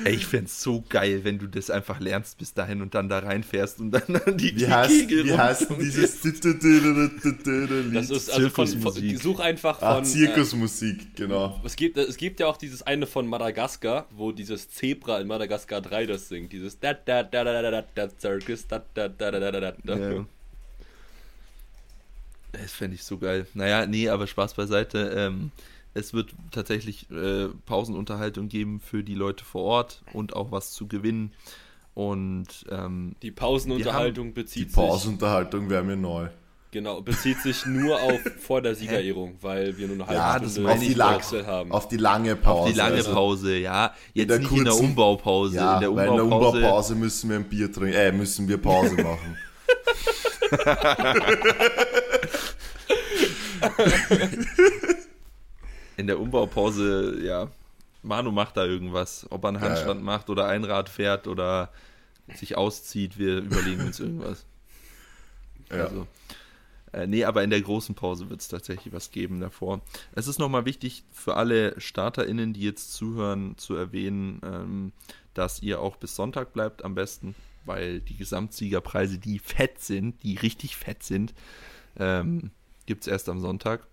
S1: Ey, ich fänd's so geil, wenn du das einfach lernst bis dahin und dann da reinfährst und dann an die
S2: Wie heißt,
S1: Kegel
S2: wie
S1: rum-
S2: heißt denn dieses
S3: Das
S2: Lied?
S3: ist also von, von,
S1: Zirkusmusik.
S3: such einfach von.
S2: Ah, Zirkusmusik, genau.
S3: Äh, es, gibt, es gibt ja auch dieses eine von Madagaskar, wo dieses Zebra in Madagaskar 3 das singt. Dieses da da da da da da da Circus da da da da da da da.
S1: Ja. Das fände ich so geil. Naja, nee, aber Spaß beiseite. Ähm, es wird tatsächlich äh, Pausenunterhaltung geben für die Leute vor Ort und auch was zu gewinnen. Und ähm,
S3: Die Pausenunterhaltung
S2: Die
S3: bezieht sich
S2: Pausenunterhaltung wäre mir neu.
S3: genau bezieht sich nur
S2: [LAUGHS]
S3: auf vor der Siegerehrung, weil wir nur eine halbe
S2: Ja, das
S3: Stunde
S2: meine ich doch.
S3: Wechsel haben.
S2: Auf die lange Pause.
S1: Die lange
S2: also-
S1: Pause, ja. Jetzt
S2: der
S1: nicht in der
S2: kurzen-
S1: Umbaupause.
S2: Ja,
S1: in der
S2: weil in der
S1: Umbaupause.
S2: Umbaupause müssen wir ein Bier trinken. Äh, müssen wir Pause machen.
S1: in der Umbaupause, ja. Manu macht da irgendwas. Ob er einen
S2: Ja, ja.
S1: Handstand macht oder ein Rad fährt oder sich auszieht, wir überlegen uns irgendwas.
S2: Ja.
S1: Also, äh, nee, aber in der großen Pause wird es tatsächlich was geben davor. Es ist nochmal wichtig für alle StarterInnen, die jetzt zuhören, zu erwähnen, ähm, dass ihr auch bis Sonntag bleibt am besten, weil die Gesamtsiegerpreise, die fett sind, die richtig fett sind, ähm, gibt es erst am Sonntag.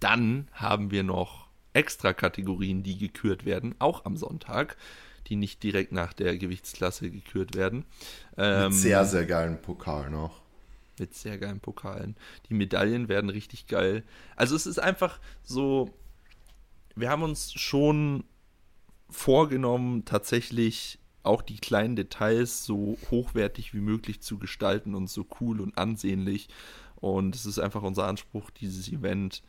S1: Dann haben wir noch extra Kategorien, die gekürt werden, auch am Sonntag, die nicht direkt nach der Gewichtsklasse gekürt werden. Ähm,
S2: Mit sehr, sehr geilen Pokal noch.
S1: mit sehr geilen Pokalen. Die Medaillen werden richtig geil. Also es ist einfach so, wir haben uns schon vorgenommen, tatsächlich auch die kleinen Details so hochwertig wie möglich zu gestalten und so cool und ansehnlich. Und es ist einfach unser Anspruch, dieses Event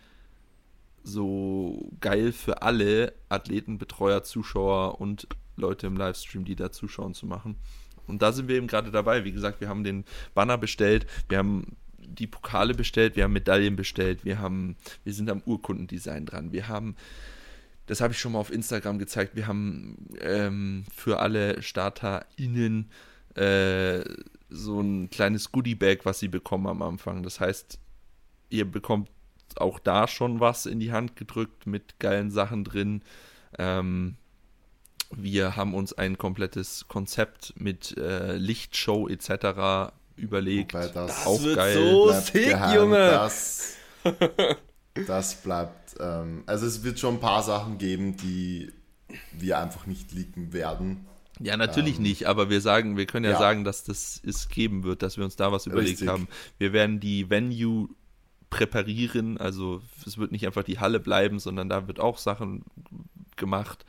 S1: so geil für alle Athleten, Betreuer, Zuschauer und Leute im Livestream, die da zuschauen, zu machen. Und da sind wir eben gerade dabei. Wie gesagt, wir haben den Banner bestellt, wir haben die Pokale bestellt, wir haben Medaillen bestellt, wir haben, wir sind am Urkundendesign dran, wir haben, das habe ich schon mal auf Instagram gezeigt, wir haben ähm, für alle StarterInnen äh, so ein kleines Goodie-Bag, was sie bekommen am Anfang. Das heißt, ihr bekommt auch da schon was in die Hand gedrückt mit geilen Sachen drin. Ähm, wir haben uns ein komplettes Konzept mit äh, Lichtshow etc. überlegt.
S2: Wobei das-
S1: auch
S3: Das wird
S1: geil.
S3: so
S2: bleibt
S3: sick,
S2: geheim.
S3: Junge.
S2: Das, das bleibt. Ähm, also es wird schon ein paar Sachen geben, die wir einfach nicht leaken werden.
S1: Ja, natürlich
S2: Ähm,
S1: nicht, aber wir sagen, wir können ja,
S2: ja.
S1: sagen, dass das es geben wird, dass wir uns da was überlegt
S2: Richtig.
S1: haben. Wir werden die Venue präparieren, also es wird nicht einfach die Halle bleiben, sondern da wird auch Sachen gemacht.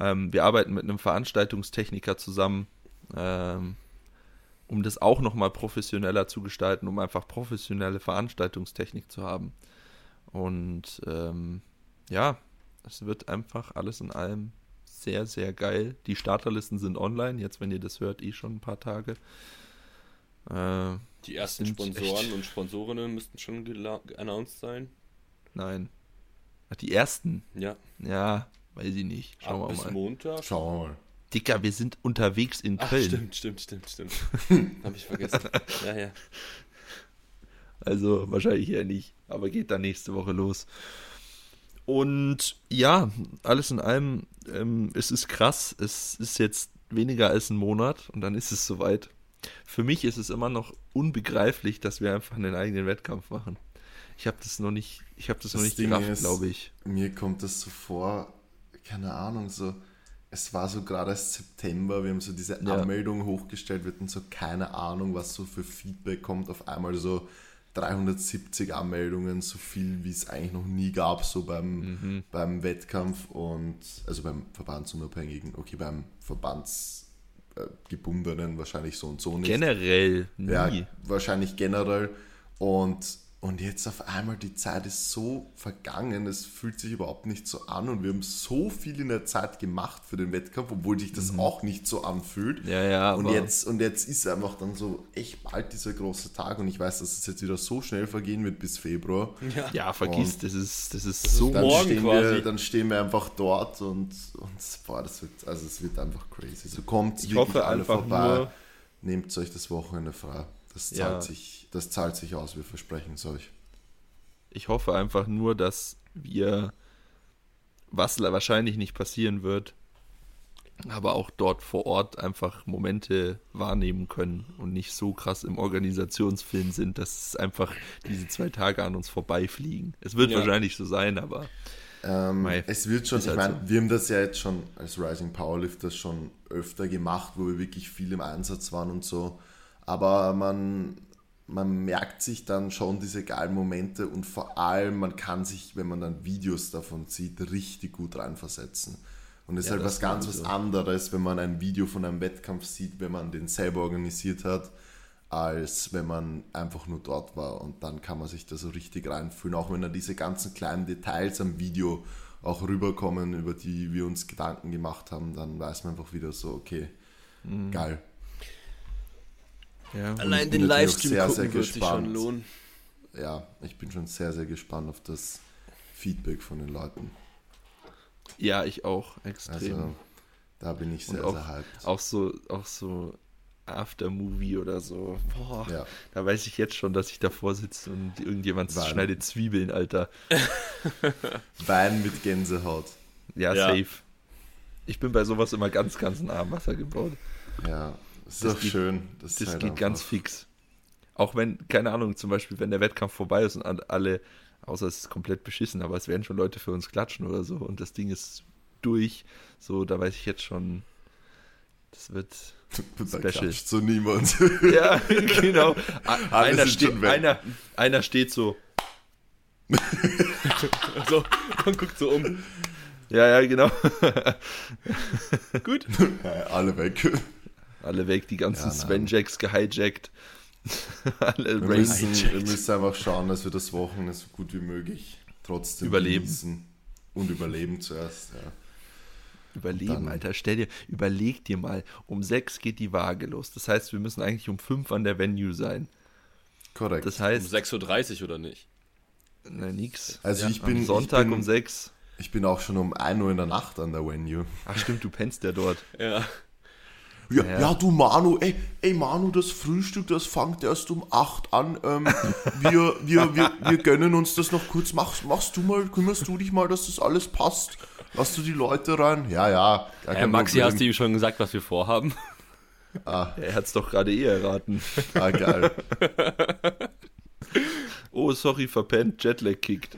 S1: Ähm, wir arbeiten mit einem Veranstaltungstechniker zusammen, ähm, um das auch nochmal professioneller zu gestalten, um einfach professionelle Veranstaltungstechnik zu haben. Und ähm, ja, es wird einfach alles in allem sehr, sehr geil. Die Starterlisten sind online, jetzt wenn ihr das hört, eh schon ein paar Tage. Äh,
S3: Die ersten
S1: Sind
S3: Sponsoren
S1: echt-
S3: und Sponsorinnen müssten schon gela- announced sein.
S1: nein. Ach, die ersten?
S3: Ja,
S1: Ja, weiß ich nicht. Schauen
S3: ab bis
S1: wir mal.
S3: Montag.
S2: Schauen wir mal.
S1: Dicker, wir sind unterwegs in
S3: Ach,
S1: Köln.
S3: stimmt, stimmt, stimmt, stimmt.
S2: [LAUGHS]
S3: Hab ich vergessen. Ja, ja.
S1: Also wahrscheinlich eher nicht, aber geht dann nächste Woche los. Und ja, alles in allem, ähm, es ist krass. Es ist jetzt weniger als ein Monat und dann ist es soweit. Für mich ist es immer noch unbegreiflich, dass wir einfach einen eigenen Wettkampf machen. Ich habe das noch nicht, ich habe das, noch
S2: Das
S1: nicht
S2: Ding
S1: gerafft,
S2: ist-
S1: glaube ich.
S2: Mir kommt das so vor, keine Ahnung, so. Es war so gerade erst September, wir haben so diese
S1: Ja.
S2: Anmeldung hochgestellt, wir hatten so keine Ahnung, was so für Feedback kommt. Auf einmal so 370 Anmeldungen, so viel wie es eigentlich noch nie gab, so beim, beim Wettkampf und also beim Verbandsunabhängigen, okay, beim Verbandsgebundenen wahrscheinlich so und so nicht.
S1: Generell nie.
S2: Ja, wahrscheinlich generell. Und, und jetzt auf einmal, die Zeit ist so vergangen, es fühlt sich überhaupt nicht so an und wir haben so viel in der Zeit gemacht für den Wettkampf, obwohl sich das auch nicht so anfühlt.
S1: Mhm. Ja, ja,
S2: und
S1: aber-
S2: jetzt Und jetzt ist einfach dann so echt bald dieser große Tag und ich weiß, dass es jetzt wieder so schnell vergehen wird bis Februar.
S1: Ja, vergiss, das ist, das ist
S3: ist
S1: so
S2: Dann,
S3: Morgen
S2: stehen
S3: quasi.
S2: wir, dann stehen wir einfach dort und, und boah, das wird, also es wird einfach crazy. So kommt
S1: Ich hoffe einfach nur-
S2: Nehmt euch das Wochenende frei. Das zahlt,
S1: Ja.
S2: sich, das zahlt sich aus, wir versprechen es euch.
S1: Ich hoffe einfach nur, dass wir, was la- wahrscheinlich nicht passieren wird, aber auch dort vor Ort einfach Momente wahrnehmen können und nicht so krass im Organisationsfilm sind, dass es einfach diese zwei Tage an uns vorbeifliegen. Es wird
S3: Ja.
S1: wahrscheinlich so sein, aber
S2: Ähm,
S1: Mei,
S2: es wird schon,
S1: ist
S2: ich
S1: halt
S2: meine, wir haben das ja jetzt schon als Rising Powerlifters schon öfter gemacht, wo wir wirklich viel im Einsatz waren und so. Aber man, man merkt sich dann schon diese geilen Momente und vor allem, man kann sich, wenn man dann Videos davon sieht, richtig gut reinversetzen. Und es ist
S1: Ja,
S2: halt
S1: das
S2: was ganz was
S1: sowieso.
S2: anderes, wenn man ein Video von einem Wettkampf sieht, wenn man den selber organisiert hat, als wenn man einfach nur dort war. Und dann kann man sich da so richtig reinfühlen, auch wenn dann diese ganzen kleinen Details am Video auch rüberkommen, über die wir uns Gedanken gemacht haben, dann weiß man einfach wieder so, okay,
S1: Mhm.
S2: geil.
S1: ja.
S3: Allein
S2: bin
S3: den
S2: natürlich auch
S3: Livestream
S2: sehr,
S3: gucken
S2: sehr
S3: wird sich
S2: gespannt.
S3: schon lohnen.
S2: Ja, ich bin schon sehr, sehr gespannt auf das Feedback von den Leuten.
S1: ja, ich auch extrem.
S2: Also da bin ich
S1: Und
S2: sehr,
S1: auch,
S2: sehr hyped.
S1: auch so, auch so Aftermovie oder so. Boah,
S2: Ja.
S1: da weiß ich jetzt schon, dass ich davor sitze und irgendjemand
S2: Weil-
S1: schneidet Zwiebeln, Alter.
S2: Wein mit Gänsehaut.
S1: Ja,
S3: Ja.
S1: safe. Ich bin bei sowas immer ganz, ganz nah am Wasser gebaut.
S2: Ja, das ist
S1: Das
S2: auch
S1: geht-
S2: schön. Das,
S1: Das
S2: ist halt
S1: geht
S2: einfach-
S1: ganz fix. Auch wenn, keine Ahnung, zum Beispiel, wenn der Wettkampf vorbei ist und an- alle, außer es ist komplett beschissen, aber es werden schon Leute für uns klatschen oder so und das Ding ist durch, so, da weiß ich jetzt schon, das wird.
S2: [LAUGHS] Da
S1: special.
S2: klatscht so niemand. [LAUGHS]
S1: Ja, [LAUGHS] genau. A-
S2: Alle
S1: Einer,
S2: Ah, sind
S1: ste
S2: schon weg.
S1: einer, einer steht
S2: [LAUGHS]
S1: so.
S3: Also, man guckt so um.
S1: Ja, ja, genau.
S3: Gut.
S2: Ja, Alle weg.
S1: Alle weg, die ganzen
S2: Ja, nein.
S1: Svenjacks gehijackt. [LAUGHS] alle
S2: Wir
S1: Race.
S2: müssen, wir müssen einfach schauen, dass wir das Wochenende so gut wie möglich trotzdem
S1: Überleben.
S2: genießen. Und überleben zuerst, ja.
S1: Überleben,
S2: Dann-
S1: Alter. Stell dir, überleg dir mal, um sechs geht die Waage los. Das heißt, wir müssen eigentlich um fünf an der Venue sein.
S2: Korrekt.
S1: Das
S3: Um
S1: heißt,
S3: 6.30 Uhr oder nicht?
S1: na, nix.
S2: also ich bin
S1: Am Sonntag
S2: ich bin,
S1: um sechs.
S2: Ich bin auch schon um 1 Uhr in der Nacht an der Venue.
S1: Ach stimmt, du pennst ja dort.
S3: Ja.
S2: Ja,
S1: Ja.
S2: ja. du Manu, ey, ey Manu, das Frühstück, das fängt erst um 8 an. Ähm, wir, wir, wir, wir gönnen uns das noch kurz. Machst, machst du mal, kümmerst du dich mal, dass das alles passt? Lass du die Leute rein? Ja, ja. gar
S3: Äh,
S2: kein
S3: Maxi,
S2: Problem.
S3: hast du ihm schon gesagt, was wir vorhaben?
S1: Er hat's doch gerade eh erraten.
S2: Ah, geil.
S1: Oh, sorry, verpennt, Jetlag kickt.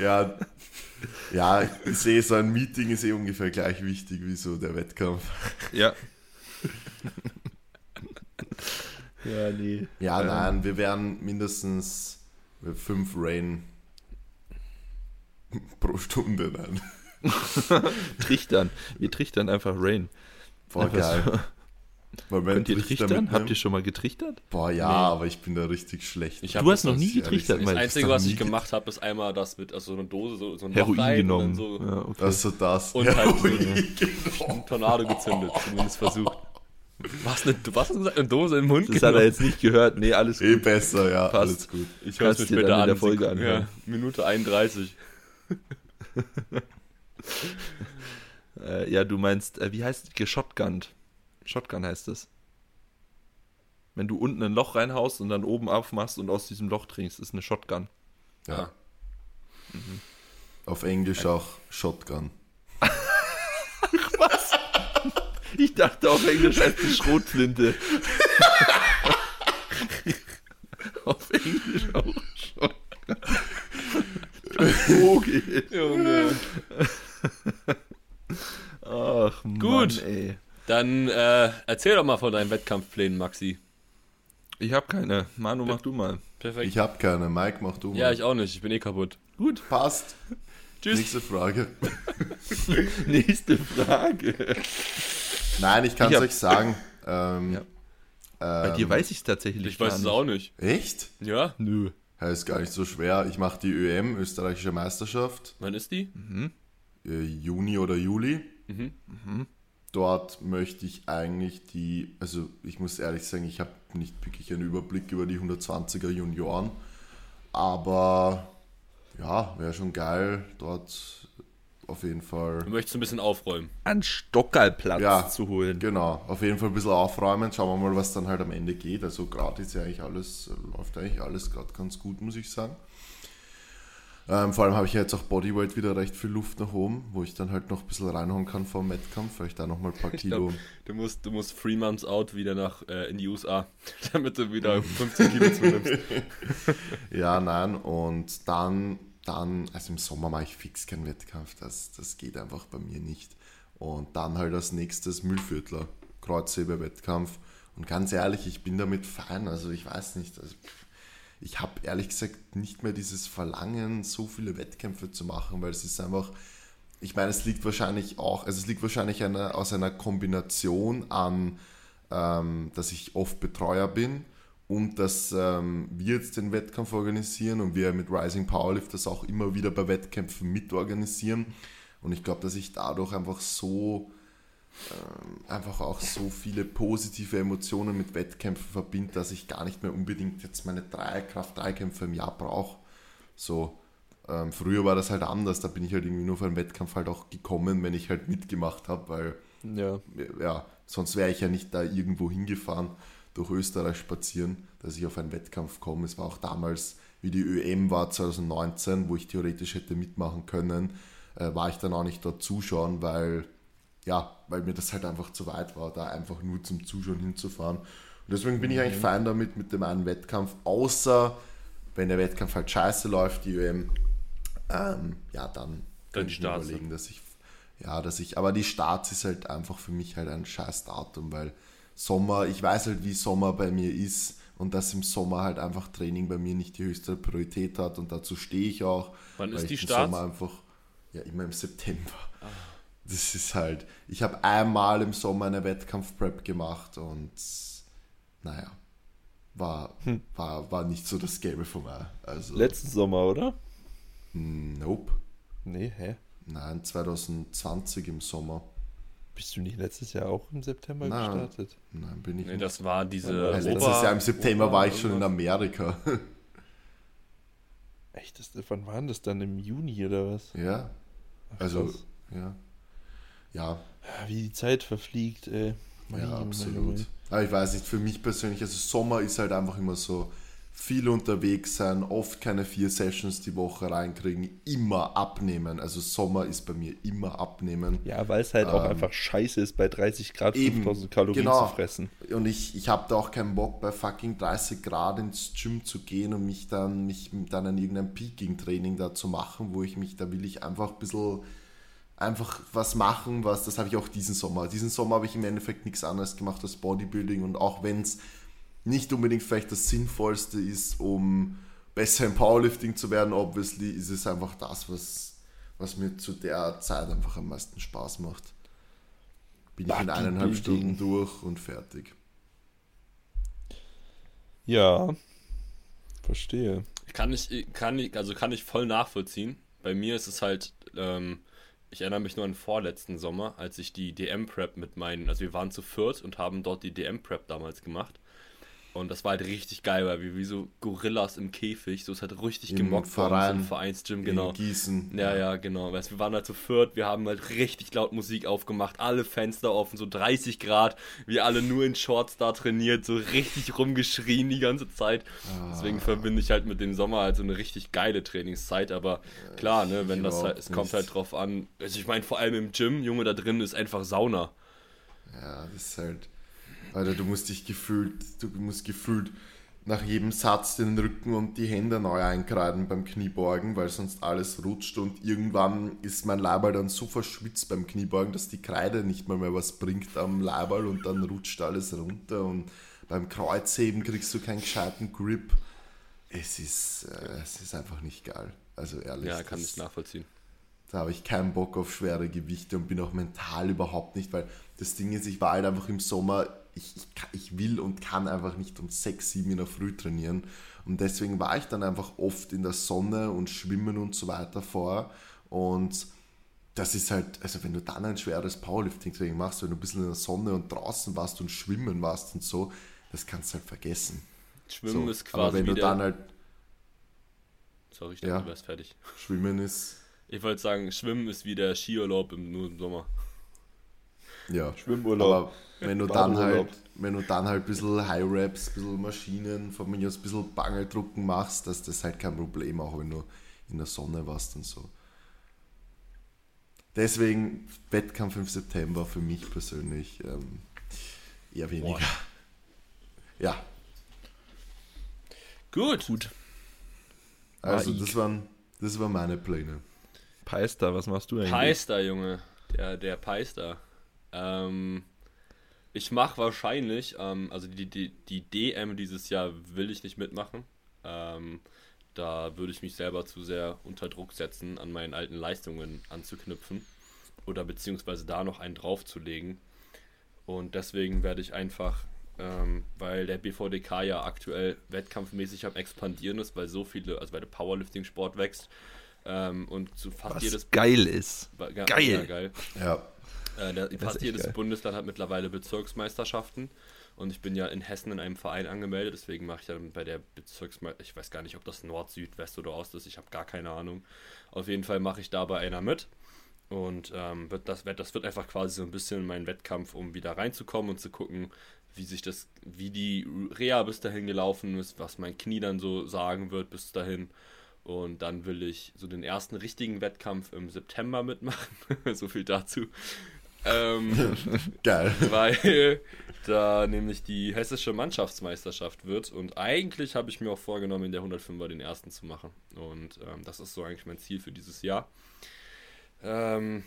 S2: Ja, ja ich sehe, so ein Meeting ist eh ungefähr gleich wichtig wie so der Wettkampf.
S1: Ja. [LAUGHS] ja, nee.
S2: Ja, nein, wir werden mindestens 5 Rain pro Stunde. Nein.
S1: Trichtern. Wir trichtern einfach Rain.
S2: Boah,
S1: Einfach
S2: geil.
S1: so.
S2: Weil wenn
S1: Könnt ihr
S2: Trichter
S1: trichtern?
S3: ne?
S2: mitnehmen-
S1: Habt ihr schon mal getrichtert?
S2: Boah, ja,
S3: Nee.
S2: aber ich bin da richtig schlecht.
S3: Ich hab
S1: Du hast
S3: das
S1: noch nie
S3: sonst-
S1: getrichtert,
S2: ehrlich
S3: Das
S1: meinst du?
S3: Einzige,
S2: das
S3: was
S2: nie
S3: ich
S2: get-
S3: gemacht habe, ist einmal das mit also so eine Dose, so, so ein Loch
S1: Heroin
S3: rein
S1: genommen.
S3: und dann so
S1: ja, okay.
S2: also
S1: [LAUGHS]
S2: das.
S3: Und
S2: Ja,
S3: halt so-
S1: ne?
S2: ui, genau.
S3: einen Tornado gezündet, zumindest versucht. [LAUGHS] Was, eine, was hast du gesagt? Eine Dose im Mund?
S1: [LAUGHS] Das hat er jetzt nicht gehört. Nee, alles
S2: Eh
S1: gut.
S2: besser, ja,
S1: Passt.
S2: alles gut.
S3: Ich höre es
S1: Kannst
S3: mir
S1: dir
S3: später
S1: dann
S3: an.
S1: in der Folge
S3: Sekunden-
S1: anhören.
S3: Ja, Minute 31.
S1: Äh, ja, du meinst, äh, wie heißt geschotgunnt? Shotgun heißt es. Wenn du unten ein Loch reinhaust und dann oben aufmachst und aus diesem Loch trinkst, ist eine Shotgun.
S2: Ja.
S1: Mhm.
S2: Auf Englisch auch Shotgun.
S1: Ich dachte auf Englisch heißt die Schrotflinte. [LAUGHS] auf Englisch auch Shotgun. Okay.
S3: Junge.
S1: Ach, Mann,
S3: Gut.
S1: ey.
S3: Dann äh, erzähl doch mal von deinen Wettkampfplänen, Maxi.
S1: Ich habe keine. Manu, mach du mal.
S3: Perfekt.
S2: Ich hab keine. Mike, mach du mal.
S3: ja, ich auch nicht. Ich bin eh kaputt.
S1: Gut.
S2: Passt.
S3: Tschüss.
S2: Nächste Frage.
S1: [LAUGHS] Nächste Frage.
S2: Nein, ich kann
S1: Ich
S2: es
S1: hab-
S2: euch sagen. Ähm,
S1: Bei dir weiß ich es tatsächlich
S3: Ich weiß es auch nicht.
S2: Echt?
S3: Ja?
S1: Nö.
S2: Ja, ist gar nicht so schwer. Ich mache die ÖM, Österreichische Meisterschaft,
S3: Wann ist die?
S2: äh, Juni oder Juli. Mhm. Dort möchte ich eigentlich die, also ich muss ehrlich sagen, ich habe nicht wirklich einen Überblick über die 120er Junioren, aber ja, wäre schon geil, dort auf jeden Fall.
S3: Du möchtest ein bisschen aufräumen.
S1: An Stockerlplatz
S2: Ja,
S1: zu holen.
S2: Genau, auf jeden Fall ein bisschen aufräumen, schauen wir mal, was dann halt am Ende geht. Also gerade ist ja eigentlich alles, läuft eigentlich alles gerade ganz gut, muss ich sagen. Ähm, vor allem habe ich ja jetzt auch Bodyweight wieder recht viel Luft nach oben, wo ich dann halt noch ein bisschen reinhauen kann vor dem Wettkampf, weil ich da nochmal ein paar Kilo...
S3: Du musst, du musst Three Months Out wieder nach äh, in die USA, [LAUGHS] damit du wieder 15 Kilo zunimmst.
S2: Ja, nein, und dann, dann, also im Sommer mache ich fix keinen Wettkampf, das, das geht einfach bei mir nicht. Und dann halt als nächstes Mühlviertler, Kreuzheber-Wettkampf. Und ganz ehrlich, ich bin damit fein, also ich weiß nicht, also pff, ich habe ehrlich gesagt nicht mehr dieses Verlangen, so viele Wettkämpfe zu machen, weil es ist einfach, ich meine, es liegt wahrscheinlich auch, also es liegt wahrscheinlich einer, aus einer Kombination an, ähm, dass ich oft Betreuer bin und dass ähm, wir jetzt den Wettkampf organisieren und wir mit Rising Powerlift das auch immer wieder bei Wettkämpfen mitorganisieren. Und ich glaube, dass ich dadurch einfach so ähm, einfach auch so viele positive Emotionen mit Wettkämpfen verbinde, dass ich gar nicht mehr unbedingt jetzt meine drei Kraft-Dreikämpfe im Jahr brauche. So, ähm, früher war das halt anders, da bin ich halt irgendwie nur für einen Wettkampf halt auch gekommen, wenn ich halt mitgemacht habe, weil
S1: Ja.
S2: ja, sonst wäre ich ja nicht da irgendwo hingefahren, durch Österreich spazieren, dass ich auf einen Wettkampf komme. Es war auch damals, wie die ÖM war 2019, wo ich theoretisch hätte mitmachen können, äh, war ich dann auch nicht dort zuschauen, weil, ja, weil mir das halt einfach zu weit war, da einfach nur zum Zuschauen hinzufahren. Und deswegen bin ich eigentlich fein damit mit dem einen Wettkampf, außer wenn der Wettkampf halt scheiße läuft, die ÖM, ähm, ja, dann
S3: Dann
S2: könnte ich mir
S3: startest du.
S2: überlegen, dass ich, ja, dass ich, aber die Starts ist halt einfach für mich halt ein scheiß Datum, weil Sommer, ich weiß halt, wie Sommer bei mir ist und dass im Sommer halt einfach Training bei mir nicht die höchste Priorität hat und dazu stehe ich auch.
S3: Wann
S2: weil ich
S3: ist die Ah.
S2: den
S3: Starts?
S2: Sommer einfach, ja, immer im September. Das ist halt, ich habe einmal im Sommer eine Wettkampfprep gemacht und naja, war, war, war nicht so das Gelbe vom Ei. Also,
S1: Letzten Sommer, oder?
S2: nope.
S4: Nee, hä?
S2: Nein, 2020 im Sommer.
S4: Bist du nicht letztes Jahr auch im September
S2: Nein.
S4: gestartet?
S2: Nein, bin ich
S3: Nee,
S2: nicht.
S3: Also, das war diese.
S2: Ja,
S3: Europa,
S2: letztes Jahr im September
S3: Europa-
S2: war ich schon in Amerika. [LAUGHS]
S4: Echt? Das, wann waren das dann? Im Juni oder was?
S2: ja, also,
S4: krass.
S2: ja. Ja,
S4: Ah, Wie die Zeit verfliegt, ey. Meine
S2: ja,
S4: Güte, meine
S2: absolut.
S4: Güte.
S2: Aber ich weiß nicht, für mich persönlich, also Sommer ist halt einfach immer so viel unterwegs sein, oft keine vier Sessions die Woche reinkriegen, immer abnehmen. Also Sommer ist bei mir immer abnehmen.
S4: Ja, weil es halt auch
S2: Ähm,
S4: einfach scheiße ist, bei 30 Grad
S2: eben,
S4: 5000 Kalorien
S2: genau.
S4: zu fressen.
S2: Und ich, ich habe da auch keinen Bock, bei fucking 30 Grad ins Gym zu gehen und mich dann, mich dann an irgendein Peaking-Training da zu machen, wo ich mich, da will ich einfach ein bisschen einfach was machen, was, das habe ich auch diesen Sommer. Diesen Sommer habe ich im Endeffekt nichts anderes gemacht als Bodybuilding und auch wenn es nicht unbedingt vielleicht das Sinnvollste ist, um besser im Powerlifting zu werden, obviously, ist es einfach das, was, was mir zu der Zeit einfach am meisten Spaß macht. Bin ich in eineinhalb
S4: Bodybuilding.
S2: Stunden durch und fertig.
S4: Ja. Verstehe.
S3: Kann ich, kann ich, also kann ich voll nachvollziehen. Bei mir ist es halt, ähm, ich erinnere mich nur an den vorletzten Sommer, als ich die DM-Prep mit meinen, also wir waren zu viert und haben dort die DM-Prep damals gemacht. Und das war halt richtig geil, weil wir wie so Gorillas im Käfig, so es hat richtig
S2: Im
S3: gemockt
S2: Verein.
S3: worden, so im Vereinsgym, genau.
S2: In Gießen.
S3: Ja, ja, genau. Weißt, wir waren halt zu viert, wir haben halt richtig laut Musik aufgemacht, alle Fenster offen, so 30 Grad, wir alle nur in Shorts da trainiert, so richtig rumgeschrien die ganze Zeit.
S2: Ah.
S3: Deswegen verbinde ich halt mit dem Sommer halt so eine richtig geile Trainingszeit, aber klar, ne, wenn das halt, es
S2: überhaupt
S3: kommt
S2: nicht.
S3: halt drauf an. Also ich meine, vor allem im Gym, Junge, da drin ist einfach Sauna.
S2: Ja, das ist halt. Alter, du musst dich gefühlt, du musst gefühlt nach jedem Satz den Rücken und die Hände neu einkreiden beim Kniebeugen, weil sonst alles rutscht und irgendwann ist mein Leiberl dann so verschwitzt beim Kniebeugen, dass die Kreide nicht mal mehr was bringt am Leiberl und dann rutscht alles runter und beim Kreuzheben kriegst du keinen gescheiten Grip. Es ist, äh, es ist einfach nicht geil. Also ehrlich.
S3: Ja, kann
S2: das-
S3: ich nachvollziehen.
S2: da habe ich keinen Bock auf schwere Gewichte und bin auch mental überhaupt nicht, weil das Ding ist, ich war halt einfach im Sommer, ich, ich, ka- ich will und kann einfach nicht um 6, 7 in der Früh trainieren. Und deswegen war ich dann einfach oft in der Sonne und schwimmen und so weiter vor. Und das ist halt, also wenn du dann ein schweres Powerlifting-Training machst, wenn du ein bisschen in der Sonne und draußen warst und schwimmen warst und so, das kannst du halt vergessen.
S3: Schwimmen
S2: so.
S3: ist
S2: Aber
S3: Um quasi
S2: wenn
S3: wieder.
S2: du dann halt
S3: sorry, ich dachte,
S2: Ja.
S3: du wärst fertig.
S2: schwimmen ist,
S3: Ich wollte sagen, Schwimmen ist wie der Skiurlaub im, nur im Sommer.
S2: ja.
S4: Schwimmurlaub.
S2: Aber wenn du dann halt, wenn du dann halt ein bisschen High Raps, ein bisschen Maschinen, von mir aus ein bisschen Bangeldrucken machst, das, das ist halt kein Problem, auch wenn du in der Sonne warst und so. Deswegen Wettkampf im September für mich persönlich ähm, eher weniger. Ja,
S3: Gut. Gut.
S2: also
S1: Ah,
S2: das waren, das waren meine Pläne.
S1: Peister, was machst du eigentlich?
S3: Peister, Junge. Der, der Peister. Ähm, ich mache wahrscheinlich, ähm, also die, die, die DM dieses Jahr will ich nicht mitmachen. Ähm, da würde ich mich selber zu sehr unter Druck setzen, an meinen alten Leistungen anzuknüpfen. Oder beziehungsweise da noch einen draufzulegen. Und deswegen werde ich einfach, ähm, weil der BVDK ja aktuell wettkampfmäßig am expandieren ist, weil so viele, also weil der Powerlifting-Sport wächst. Ähm, und zu fast
S1: was
S3: jedes
S1: geil ist.
S3: Ba- ga-
S1: Geil.
S3: Ja, geil.
S2: Ja,
S3: Äh, der,
S1: ist
S3: fast
S1: echt
S3: jedes
S1: geil.
S3: Bundesland hat mittlerweile Bezirksmeisterschaften. Und ich bin ja in Hessen in einem Verein angemeldet, deswegen mache ich dann bei der Bezirksmeisterschaft, ich weiß gar nicht, ob das Nord, Süd, West oder Ost ist, ich habe gar keine Ahnung. Auf jeden Fall mache ich da bei einer mit. Und ähm, wird das, wird- das wird einfach quasi so ein bisschen mein Wettkampf, um wieder reinzukommen und zu gucken, wie sich das, wie die Reha bis dahin gelaufen ist, was mein Knie dann so sagen wird bis dahin. Und dann will ich so den ersten richtigen Wettkampf im September mitmachen. [LAUGHS] so viel dazu. Ähm,
S2: geil.
S3: weil da nämlich die hessische Mannschaftsmeisterschaft wird. Und eigentlich habe ich mir auch vorgenommen, in der 105er den ersten zu machen. Und ähm, das ist so eigentlich mein Ziel für dieses Jahr. Ähm,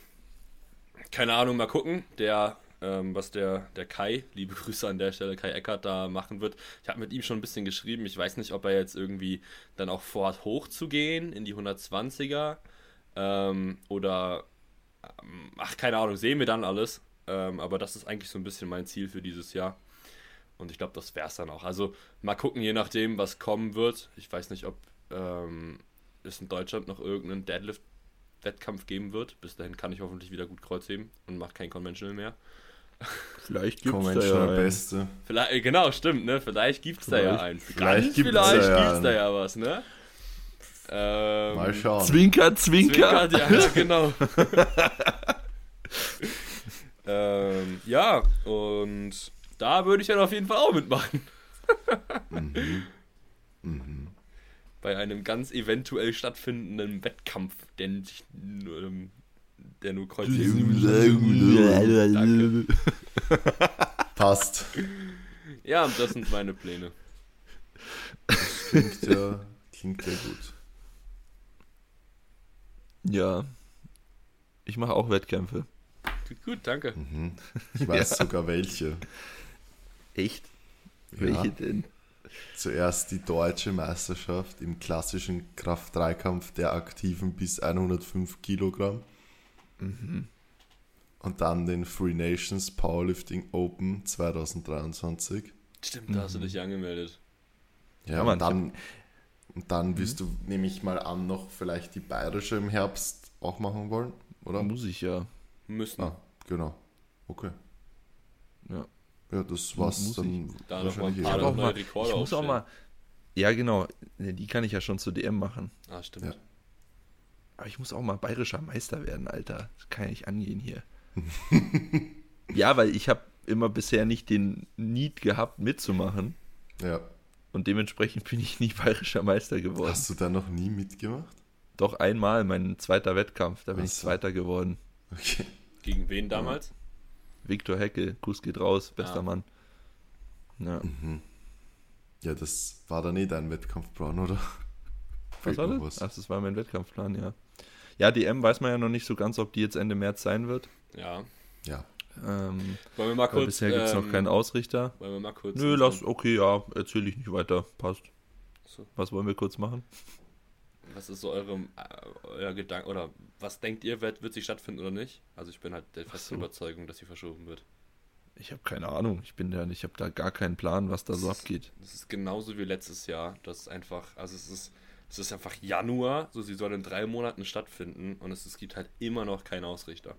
S3: keine Ahnung, mal gucken, der, ähm, was der, der Kai, liebe Grüße an der Stelle, Kai Eckert da machen wird. Ich habe mit ihm schon ein bisschen geschrieben. Ich weiß nicht, ob er jetzt irgendwie dann auch vorhat, hochzugehen in die 120er. Ähm, oder ähm, ach, keine Ahnung, sehen wir dann alles. Ähm, aber das ist eigentlich so ein bisschen mein Ziel für dieses Jahr. Und ich glaube, das wäre es dann auch. Also mal gucken, je nachdem, was kommen wird. Ich weiß nicht, ob ähm, es in Deutschland noch irgendeinen Deadlift Wettkampf geben wird. Bis dahin kann ich hoffentlich wieder gut kreuzheben und macht kein Conventional mehr.
S1: Vielleicht gibt's da ja
S2: Conventional
S1: einen.
S2: Beste.
S3: Vielleicht, äh, genau, stimmt, ne? Vielleicht gibt's da ja
S1: Vielleicht-
S3: einen.
S2: vielleicht
S3: Ganz
S2: gibt's
S3: vielleicht
S2: da ja
S3: gibt's da
S2: einen.
S3: ja was, ne? Ähm,
S2: Mal schauen.
S1: Zwinker, Zwinker.
S3: Zwinkert,
S1: [LAUGHS]
S3: ja, ja, genau. [LAUGHS] ähm, ja, und da würde ich dann auf jeden Fall auch mitmachen.
S1: Mhm.
S3: [LAUGHS] Bei einem ganz eventuell stattfindenden Wettkampf, der sich nur, ähm, der nur kreuzt.
S2: Passt.
S3: ja, das sind meine Pläne.
S2: Klingt ja, klingt ja gut.
S1: Ja. Ich mache auch Wettkämpfe.
S3: Gut, danke.
S1: Mhm.
S2: Ich weiß sogar welche.
S1: Echt?
S2: Welche
S1: denn?
S2: Zuerst die deutsche Meisterschaft im klassischen Kraft-3-Kampf der Aktiven bis 105 Kilogramm.
S1: Mhm.
S2: Und dann den Free Nations Powerlifting Open 2023.
S3: Stimmt, da hast
S1: Mhm.
S3: du dich ja angemeldet.
S2: Ja,
S1: Ja, Mann, Mhm.
S2: und, dann, und dann wirst du, nehme ich mal an, noch vielleicht die bayerische im Herbst auch machen wollen, oder?
S1: Muss ich ja.
S3: Müssen.
S2: Ah, genau. Okay.
S1: Ja.
S2: Ja, das war's
S1: Muss
S2: dann
S3: Da noch mal ein
S2: wahrscheinlich
S3: paar
S2: eh.
S1: Auch
S3: Neue
S1: mal, ich
S3: Rekorde
S1: muss auch
S3: aufstellen.
S1: mal. Ja, genau. Ne, Die kann ich ja schon zur DM machen.
S3: Ah, stimmt.
S2: Ja.
S1: Aber ich muss auch mal bayerischer Meister werden, Alter. Das kann ja nicht angehen
S2: [LAUGHS]
S1: hier. ja, weil ich habe immer bisher nicht den Need gehabt, mitzumachen.
S2: Ja.
S1: Und dementsprechend bin ich nie bayerischer Meister geworden.
S2: Hast du da noch nie mitgemacht?
S1: Doch einmal mein zweiter Wettkampf, da bin
S2: Ach
S1: ich
S2: so.
S1: Zweiter geworden.
S2: Okay.
S3: Gegen wen damals?
S1: Viktor Hecke, Kuss geht raus, bester
S3: Ah.
S1: Mann. Ja.
S2: Mhm. Ja, das war dann eh dein Wettkampf, Braun,
S1: [LAUGHS]
S2: oder?
S1: Was
S2: Fällt
S1: war
S2: noch
S1: das? Ach, das war mein Wettkampfplan, ja. Ja, DM weiß man ja noch nicht so ganz, ob die jetzt Ende März sein wird.
S3: Ja.
S2: Ja.
S1: Ähm,
S3: Wollen wir mal
S1: weil
S3: kurz.
S1: bisher gibt es noch
S3: ähm,
S1: keinen Ausrichter.
S3: Wollen wir mal kurz.
S1: Nö, lass, okay, ja, erzähle ich nicht weiter. Passt.
S3: So.
S1: Was wollen wir kurz machen?
S3: Was ist so eure, äh, euer Gedanke oder was denkt ihr, wird, wird sie stattfinden oder nicht? Also ich bin halt der
S1: so.
S3: festen Überzeugung, dass sie verschoben wird.
S1: Ich habe keine Ahnung. Ich bin da, ich habe da gar keinen Plan, was da so
S3: Das ist-
S1: abgeht.
S3: Das ist genauso wie letztes Jahr. Das ist einfach, also es ist, es ist einfach Januar, so sie soll in drei Monaten stattfinden und es, es gibt halt immer noch keinen Ausrichter.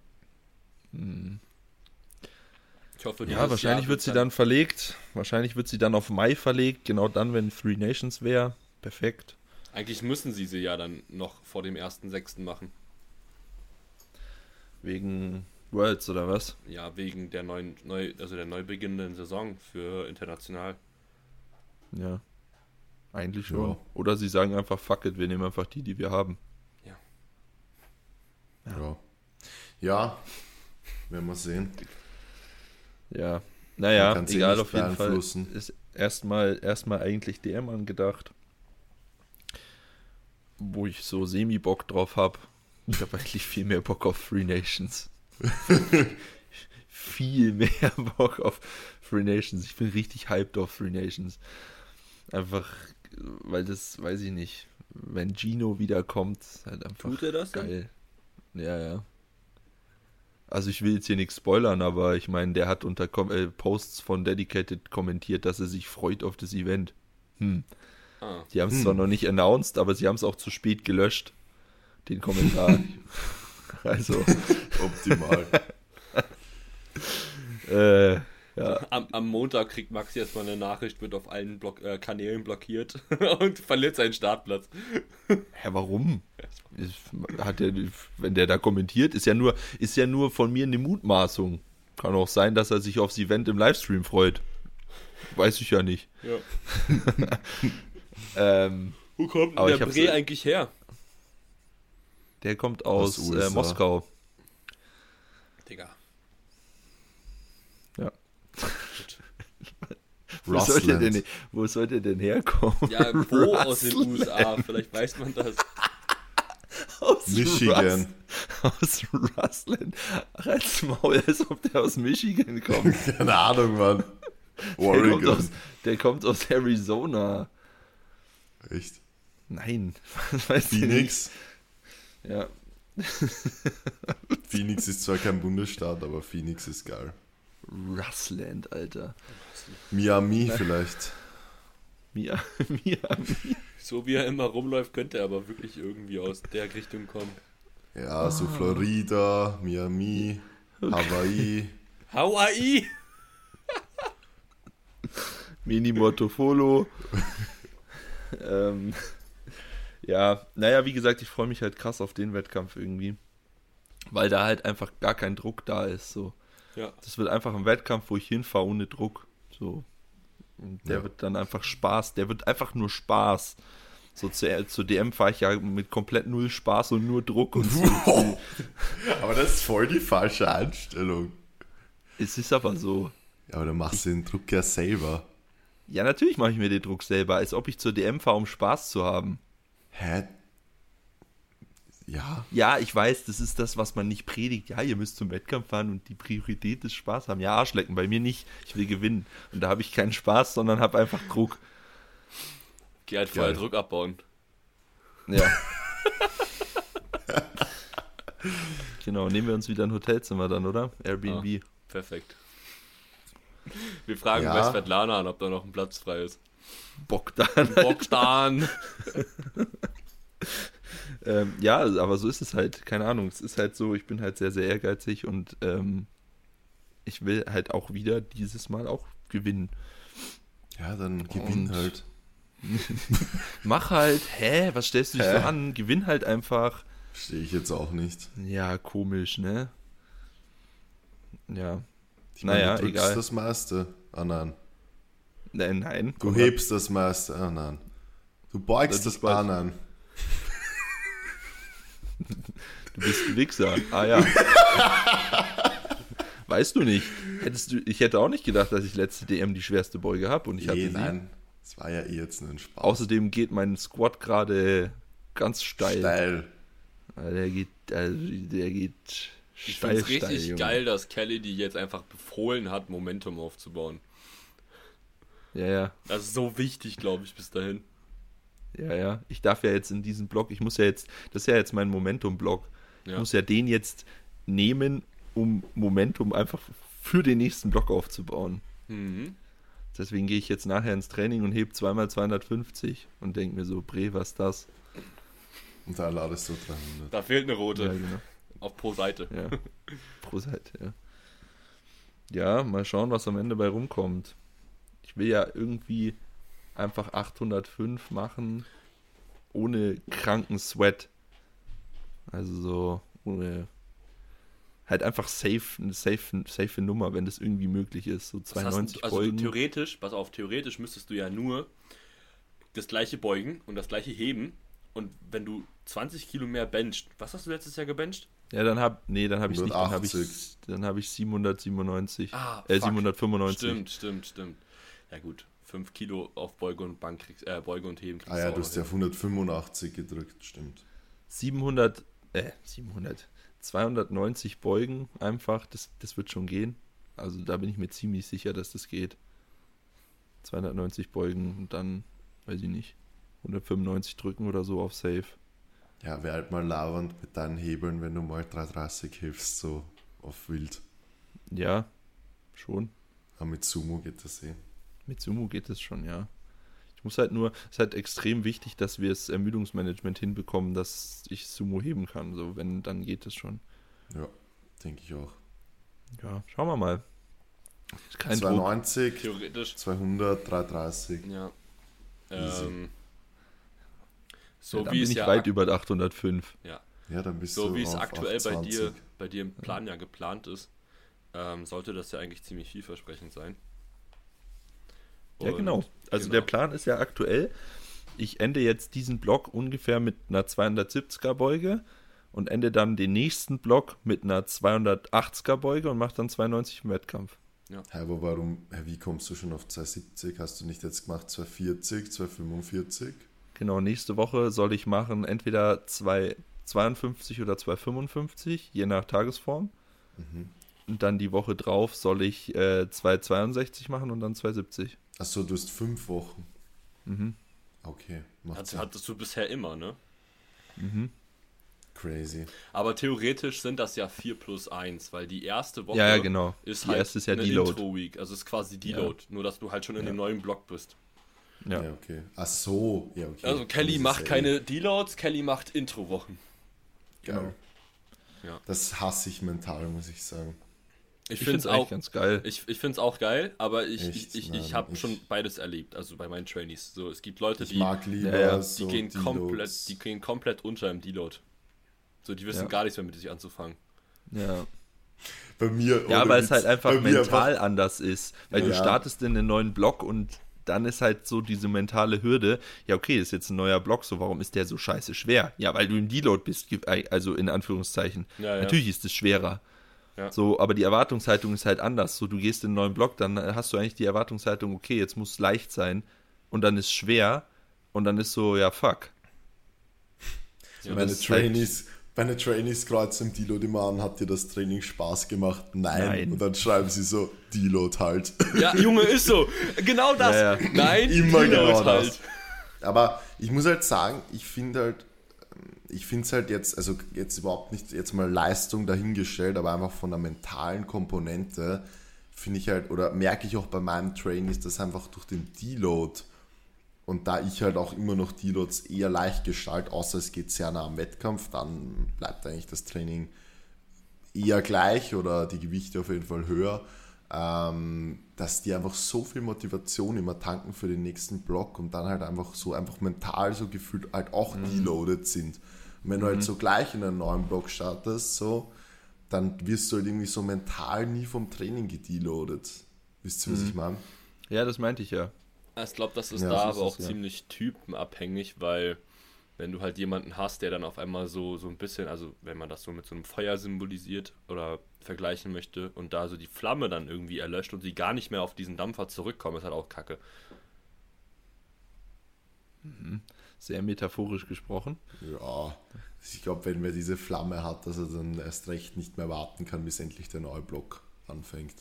S3: Ich hoffe,
S1: Hm. Ja,
S3: dieses
S1: wahrscheinlich wird sie
S3: Jahr wird's halt-
S1: dann verlegt. Wahrscheinlich wird sie dann auf Mai verlegt. Genau dann, wenn Three Nations wäre. Perfekt.
S3: Eigentlich müssen sie sie ja dann noch vor dem 1.6. machen.
S1: Wegen Worlds oder was?
S3: Ja, wegen der neuen, neu, also der neu beginnenden Saison für international.
S1: Ja. Eigentlich schon.
S2: Ja.
S1: Oder sie sagen einfach, fuck it, wir nehmen einfach die, die wir haben.
S2: Ja. Ja, werden wir sehen.
S1: Ja.
S2: Man
S1: Naja,
S2: kann's eh
S1: egal,
S2: nicht
S1: auf jeden Fall
S2: beeinflussen.
S1: ist erstmal erstmal eigentlich DM angedacht, wo ich so semi Bock drauf habe. Ich habe eigentlich viel mehr Bock auf Free
S2: [LAUGHS]
S1: Nations. viel mehr Bock auf Free Nations. Ich bin richtig hyped auf Free Nations. Einfach, weil das, weiß ich nicht, wenn Gino wiederkommt, ist halt einfach
S3: Tut er das denn?
S1: geil. Ja, ja. Also ich will jetzt hier nichts spoilern, aber ich meine, der hat unter Kom äh, Posts von Dedicated kommentiert, dass er sich freut auf das Event. Hm.
S3: Ah.
S1: Die haben es zwar noch nicht announced, aber sie haben es auch zu spät gelöscht, den Kommentar. also,
S2: Optimal.
S1: [LAUGHS] äh, ja.
S3: [LAUGHS] Am, am Montag kriegt Maxi erstmal eine Nachricht, wird auf allen Block, äh, Kanälen blockiert [LAUGHS] und verliert seinen Startplatz.
S1: Hä, warum? Ist- Hat der, wenn der da kommentiert, ist ja nur, ist ja nur von mir eine Mutmaßung. Kann auch sein, dass er sich aufs Event im Livestream freut. Weiß ich ja nicht.
S3: Ja.
S1: Ähm,
S3: Wo kommt
S1: Aber
S3: denn
S1: ich
S3: der
S1: hab's-
S3: Bre eigentlich her?
S1: der kommt aus,
S2: Aus
S1: äh,
S2: USA.
S1: Moskau.
S3: Digga.
S1: Ja.
S3: Gut.
S1: Wo sollte, er
S2: Russland.
S1: denn, wo sollte er denn herkommen?
S3: Ja,
S1: [LAUGHS]
S3: wo aus den
S1: Russland.
S3: USA? Vielleicht weiß man das.
S1: Aus
S2: Michigan.
S1: Russ, [LAUGHS] aus Russland. Ach, als Maul, als ob der aus Michigan [LAUGHS] kommt.
S2: [LAUGHS] Keine Ahnung,
S1: [LAUGHS]
S2: Mann.
S1: Der kommt
S2: Oregon.
S1: aus, der kommt aus Arizona.
S2: Echt?
S1: Nein. [LAUGHS] Weiß ich nicht. [LAUGHS]
S2: Phoenix?
S1: Ja,
S2: Phoenix ist zwar kein Bundesstaat, aber Phoenix ist geil.
S1: Russland, Alter.
S2: Miami vielleicht.
S1: Mia, [LAUGHS] Mia.
S3: So wie er immer rumläuft, könnte er aber wirklich irgendwie aus der Richtung kommen.
S2: Ja,
S1: Ah.
S2: so Florida, Miami,
S1: [LAUGHS]
S2: Hawaii.
S3: Hawaii!
S1: Mini Mortofolo. [LAUGHS] ähm, ja, naja, wie gesagt, ich freue mich halt krass auf den Wettkampf irgendwie. Weil da halt einfach gar kein Druck da ist. So.
S3: Ja.
S1: Das wird einfach ein Wettkampf, wo ich hinfahre ohne Druck. So. Und der
S2: Ja.
S1: wird dann einfach Spaß. Der wird einfach nur Spaß. So zur, zur DM fahre ich ja mit komplett null Spaß und nur Druck und
S2: [LAUGHS]
S1: so.
S2: Wow. Aber das ist voll die falsche Einstellung.
S1: es ist aber so.
S2: Ja, aber dann machst du den Druck ja selber.
S1: Ja, natürlich mache ich mir den Druck selber, als ob ich zur DM fahre, um Spaß zu haben.
S2: Hä? Ja.
S1: Ja, ich weiß, das ist das, was man nicht predigt. Ja, ihr müsst zum Wettkampf fahren und die Priorität ist Spaß haben. Ja, Arschlecken, bei mir nicht. Ich will gewinnen. Und da habe ich keinen Spaß, sondern habe einfach Druck.
S3: Geh halt vorher
S2: Geil.
S3: Druck abbauen.
S1: Ja. [LAUGHS] genau, nehmen wir uns wieder ein Hotelzimmer dann, oder? Airbnb.
S3: Perfekt. Wir fragen
S2: Ja.
S3: bei Svetlana an, ob da noch ein Platz frei ist.
S1: Bock dann.
S3: Bogdan!
S1: [LAUGHS] Ähm, ja, aber so ist es halt. Keine Ahnung. Es ist halt so, ich bin halt sehr, sehr ehrgeizig und ähm, ich will halt auch wieder dieses Mal auch gewinnen.
S2: Ja, dann gewinn
S1: Und-
S2: halt.
S1: Mach halt, hä, was stellst du dich
S2: Hä?
S1: so an? Gewinn halt einfach.
S2: Verstehe ich jetzt auch nicht.
S1: Ja, komisch, ne? Ja.
S2: Ich
S1: Naja,
S2: du drückst
S1: egal.
S2: das meiste. Ah nein.
S1: Nein, nein.
S2: Du hebst das meiste. Ah nein. Du beugst
S1: Das ist
S2: das. Ah
S1: bald-
S2: nein.
S1: Du bist ein Wichser. Ah ja. [LAUGHS] weißt du nicht. Hättest du, ich hätte auch nicht gedacht, dass ich letzte DM die schwerste Beuge habe und ich hatte
S2: Eh,
S1: sie.
S2: nein. Das war ja eh jetzt nur ein Spaß.
S1: Außerdem geht mein Squat gerade ganz steil.
S2: Steil.
S1: Ah, Der geht, also der geht
S3: Ich
S1: steil,
S3: find's
S1: steil,
S3: richtig
S1: Junge.
S3: geil, dass Kelly die jetzt einfach befohlen hat, Momentum aufzubauen.
S1: Ja, ja.
S3: Das ist so wichtig, glaube ich, bis dahin.
S1: Ja, ja. Ich darf ja jetzt in diesen Block, ich muss ja jetzt, das ist ja jetzt mein Momentum-Block. Ich
S3: Ja.
S1: muss ja den jetzt nehmen, um Momentum einfach für den nächsten Block aufzubauen.
S3: Mhm.
S1: Deswegen gehe ich jetzt nachher ins Training und heb zweimal 250 und denke mir so, Bre, was ist das?
S2: Und da ladest du ne? 300.
S3: Da fehlt eine
S1: Ja,
S3: rote.
S1: genau.
S3: Auf pro Seite.
S1: Ja. Pro Seite, ja. Ja, mal schauen, was am Ende bei rumkommt. Ich will ja irgendwie einfach 805 machen, ohne kranken Sweat. Also so, ohne. Halt einfach safe, eine safe, safe Nummer, wenn das irgendwie möglich ist. So
S3: Was hast denn,
S1: 92
S3: also
S1: Beugen.
S3: theoretisch, pass auf, theoretisch müsstest du ja nur das gleiche beugen und das gleiche heben. Und wenn du 20 Kilo mehr benchst, was hast du letztes Jahr gebencht?
S1: Ja, dann hab, nee, dann hab ich nicht, dann hab ich,
S2: 180.
S1: dann hab ich 797,
S3: Ah,
S1: äh,
S3: fuck.
S1: 795.
S3: Stimmt, stimmt, stimmt. Ja gut, 5 Kilo auf Beuge und Bank kriegst, äh, Beuge und Heben kriegst
S2: Ah ja,
S3: auch
S2: du hast ja
S3: noch
S2: auf 185 gedrückt, stimmt.
S1: 700, äh, 700, 290 Beugen einfach, das, das wird schon gehen. Also da bin ich mir ziemlich sicher, dass das geht. 290 Beugen und dann, weiß ich nicht, 195 drücken oder so auf Safe.
S2: Ja, wär halt mal labernd mit deinen Hebeln, wenn du mal 330 hilfst, so auf wild.
S1: Ja, schon.
S2: Aber mit Sumo geht das eh.
S1: Mit Sumo geht es schon, ja. Ich muss halt nur, es ist halt extrem wichtig, dass wir das Ermüdungsmanagement hinbekommen, dass ich Sumo heben kann. So, wenn, dann geht es schon.
S2: Ja, denke ich auch.
S1: Ja, schauen wir mal. Ist Kein Druck.
S2: 290,
S3: Theoretisch
S2: 200, 330.
S3: Ja.
S2: Easy.
S3: Ähm, so
S1: So dann
S3: wie
S1: bin
S3: es
S1: ich
S3: ja,
S1: weit über 805.
S3: ja,
S2: Ja, dann bist
S3: so
S2: du
S3: wie es
S2: auf
S3: aktuell bei
S2: 28.
S3: dir, bei dir im Plan ja geplant ist, ähm, sollte das ja eigentlich ziemlich vielversprechend sein.
S1: Ja,
S3: Und-
S1: genau. Also
S3: genau.
S1: der Plan ist ja aktuell, ich ende jetzt diesen Block ungefähr mit einer 270er Beuge und ende dann den nächsten Block mit einer 280er Beuge und mache dann 92 im Wettkampf.
S2: Hä, aber warum, hä, wie kommst du schon auf 270? Hast du nicht jetzt gemacht 240, 245?
S1: Genau, nächste Woche soll ich machen entweder 252 oder 255, je nach Tagesform. Und dann die Woche drauf soll ich äh, 262 machen und dann 270.
S2: Achso, du hast fünf Wochen.
S1: Mhm.
S2: Okay, macht
S3: Hat,
S2: Sinn.
S3: hattest du bisher immer, ne?
S2: Crazy.
S3: Aber theoretisch sind das ja 4 plus 1, weil die erste Woche
S1: Ja, ja, genau.
S3: ist
S1: Die
S3: halt
S1: erste ist ja
S3: eine
S1: Deload.
S3: Intro-Week. Also es ist quasi Deload, nur dass du halt schon in dem neuen Block bist.
S1: Ja.
S2: Ja, okay. Ach so, ja, okay.
S3: Also Kelly
S2: Das ist
S3: macht
S2: ja eh
S3: keine Deloads, Kelly macht Intro-Wochen.
S2: Geil.
S3: Genau. Ja.
S2: Das hasse ich mental, muss ich sagen.
S1: Ich
S3: Ich, finde
S1: finde
S3: es
S1: es eigentlich
S3: auch,
S1: ganz geil.
S3: Ich, ich finde es auch geil, aber ich,
S2: Echt?
S3: ich, ich,
S2: Nein,
S3: ich habe
S2: ich-
S3: schon beides erlebt, also bei meinen Trainees. So, es gibt Leute,
S2: Ich
S3: die,
S2: mag lieber
S1: Ja, ja, die
S2: so
S3: die, gehen
S2: Deloads.
S3: komplett, die gehen komplett unter im Deload. So, die wissen
S1: Ja.
S3: gar nichts mehr mit sich anzufangen. [LAUGHS]
S1: Ja.
S2: Bei mir.
S1: Ja,
S2: ohne
S1: weil es
S2: Witz,
S1: halt einfach
S2: bei mir
S1: mental anders ist. Weil
S2: Ja.
S1: du startest in den neuen Block und dann ist halt so diese mentale Hürde, ja, okay, ist jetzt ein neuer Block, so warum ist der so scheiße schwer? Ja, weil du im Deload bist, ge- äh, also in Anführungszeichen.
S3: Ja, ja.
S1: Natürlich ist es schwerer.
S3: Ja.
S1: So, aber die Erwartungshaltung ist halt anders. So, du gehst in einen neuen Block, dann äh, hast du eigentlich die Erwartungshaltung, okay, jetzt muss es leicht sein und dann ist schwer und dann ist so, ja, fuck. So,
S2: Meine
S1: das ist halt-
S2: Trainees, meine Trainees kreuzen im Deload immer an, hat dir das Training Spaß gemacht? Nein.
S1: Nein.
S2: Und dann schreiben sie so, Deload halt.
S3: Ja, Junge, ist so. Genau das.
S1: Ja, ja.
S3: Nein, halt.
S2: Immer
S3: Deload
S2: genau das. Aber ich muss halt sagen, ich finde halt, ich finde es halt jetzt, also jetzt überhaupt nicht jetzt mal Leistung dahingestellt, aber einfach von der mentalen Komponente finde ich halt, oder merke ich auch bei meinem Train, ist das einfach durch den Deload. Und da ich halt auch immer noch Deloads eher leicht gestalt, außer es geht sehr nah am Wettkampf, dann bleibt eigentlich das Training eher gleich oder die Gewichte auf jeden Fall höher, ähm, dass die einfach so viel Motivation immer tanken für den nächsten Block und dann halt einfach so einfach mental so gefühlt halt auch deloaded sind. Und wenn du halt so gleich in einen neuen Block startest, so, dann wirst du halt irgendwie so mental nie vom Training gedeloadet. Wisst ihr, was ich meine?
S1: Ja, das meinte ich ja.
S3: Ich glaube, das ist
S2: Ja,
S3: da
S2: das
S3: aber
S2: ist
S3: auch
S2: es, ja.
S3: ziemlich typenabhängig, weil wenn du halt jemanden hast, der dann auf einmal so, so ein bisschen, also wenn man das so mit so einem Feuer symbolisiert oder vergleichen möchte und da so die Flamme dann irgendwie erlöscht und sie gar nicht mehr auf diesen Dampfer zurückkommen, ist halt auch kacke. [LAUGHS]
S1: Sehr metaphorisch gesprochen.
S2: Ja. Ich glaube, wenn wer diese Flamme hat, dass er dann erst recht nicht mehr warten kann, bis endlich der neue Block anfängt.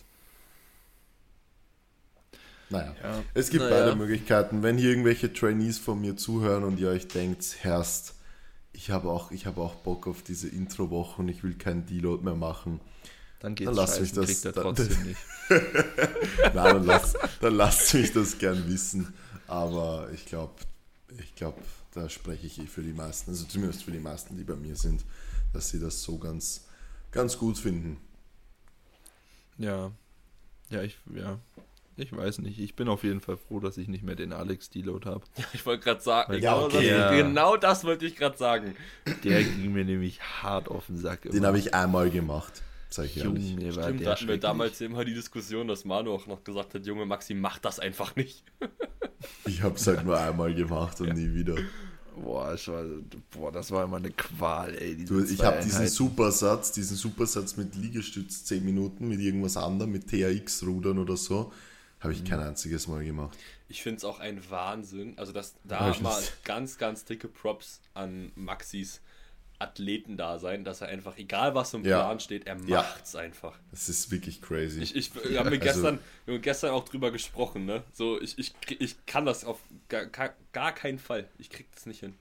S2: Naja, es gibt
S1: Naja.
S2: beide Möglichkeiten. Wenn hier irgendwelche Trainees von mir zuhören und ihr euch denkt, Herst, ich habe auch, ich habe auch Bock auf diese Intro-Woche und ich will keinen Deload mehr machen,
S1: Dann geht's
S2: Dann lass mich
S1: scheißen,
S2: das-
S1: kriegt er
S2: dann- [LAUGHS]
S1: trotzdem nicht.
S2: Na, dann, lasst, dann lasst mich das gern wissen. Aber ich glaube, ich glaube, da spreche ich eh für die meisten, also zumindest für die meisten, die bei mir sind, dass sie das so ganz, ganz gut finden.
S1: Ja. Ja, ich, ja. Ich weiß nicht. Ich bin auf jeden Fall froh, dass ich nicht mehr den Alex Deload habe.
S3: Ich wollte gerade sagen,
S2: Ja,
S3: genau,
S2: okay.
S3: das,
S1: Ja.
S3: genau das wollte ich gerade sagen.
S2: [LAUGHS]
S1: Der ging mir nämlich hart auf den Sack.
S2: Den habe ich einmal gemacht, sage ich ehrlich.
S1: Junge, war der
S3: Stimmt, da hatten wir
S1: schrecklich.
S3: damals immer die Diskussion, dass Manu auch noch gesagt hat, Junge, Maxi, mach das einfach nicht.
S2: Ich habe es halt nur einmal gemacht und nie wieder.
S1: Boah, ich war, boah, das war immer eine Qual, ey. diese
S2: Du, ich
S1: zwei
S2: habe diesen
S1: Einheiten.
S2: Supersatz, diesen Supersatz mit Liegestütz 10 Minuten, mit irgendwas anderem, mit TRX-Rudern oder so, habe ich kein einziges Mal gemacht.
S3: Ich finde es auch ein Wahnsinn. Also, dass
S2: Ja,
S3: da
S2: ich
S3: mal
S2: weiß.
S3: ganz, ganz dicke Props an Maxis Athleten da sein, dass er einfach, egal was im
S2: Ja.
S3: Plan steht, er
S2: Ja.
S3: macht's einfach.
S2: Das ist wirklich crazy.
S3: Ich, ich wir
S1: also
S3: haben mir gestern, wir haben gestern auch drüber gesprochen, ne? So, ich, ich, krieg- ich kann das auf gar, gar- gar keinen Fall. Ich krieg das nicht hin.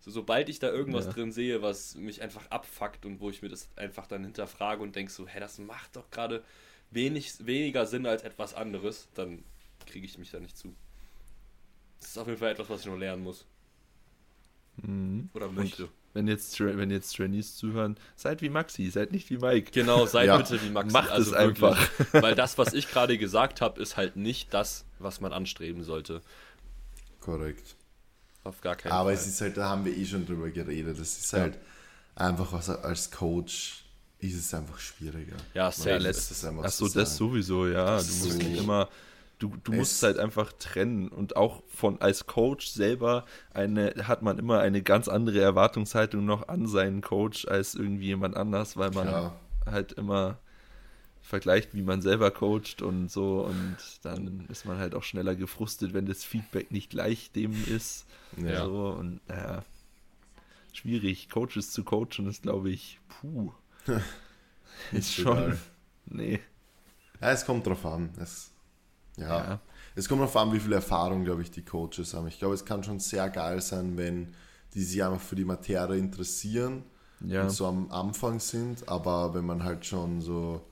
S3: So, sobald ich da irgendwas
S1: Ja.
S3: drin sehe, was mich einfach abfuckt und wo ich mir das einfach dann hinterfrage und denke so, hä, das macht doch gerade wenig, weniger Sinn als etwas anderes, dann kriege ich mich da nicht zu. Das ist auf jeden Fall etwas, was ich noch lernen muss.
S1: Mhm.
S3: Oder möchte.
S1: Wenn jetzt, Tra- wenn jetzt Trainees zuhören, seid wie Maxi, seid nicht wie Mike.
S3: Genau, seid
S2: Ja.
S3: bitte wie Maxi.
S1: Macht es einfach.
S3: Wirklich, [LAUGHS] weil das, was ich gerade gesagt habe, ist halt nicht das, was man anstreben sollte.
S2: Korrekt.
S3: Auf gar keinen
S2: Aber
S3: Fall.
S2: es ist halt, da haben wir eh schon drüber geredet. Es ist halt einfach als, als Coach ist es einfach schwieriger.
S3: Ja, safe.
S2: Man muss
S1: Letzt-
S2: es einfach
S1: Ach so,
S2: sagen.
S1: das sowieso, ja. Du
S2: ist
S1: musst
S2: so.
S1: dich immer, du, du musst
S2: Es-
S1: es halt einfach trennen. Und auch von als Coach selber eine, hat man immer eine ganz andere Erwartungshaltung noch an seinen Coach als irgendwie jemand anders, weil man
S2: Klar.
S1: halt immer vergleicht, wie man selber coacht und so. Und dann ist man halt auch schneller gefrustet, wenn das Feedback nicht gleich dem ist.
S2: Ja.
S1: So, und ja, schwierig. Coaches zu coachen ist, glaube ich,
S2: [LAUGHS]
S1: puh. ist schon.
S2: egal.
S1: Nee.
S2: Ja, es kommt drauf an. Es, ja.
S1: Ja.
S2: Es kommt drauf an, wie viel Erfahrung, glaube ich, die Coaches haben. Ich glaube, es kann schon sehr geil sein, wenn die sich einfach für die Materie interessieren
S1: Ja.
S2: und so am Anfang sind, aber wenn man halt schon so,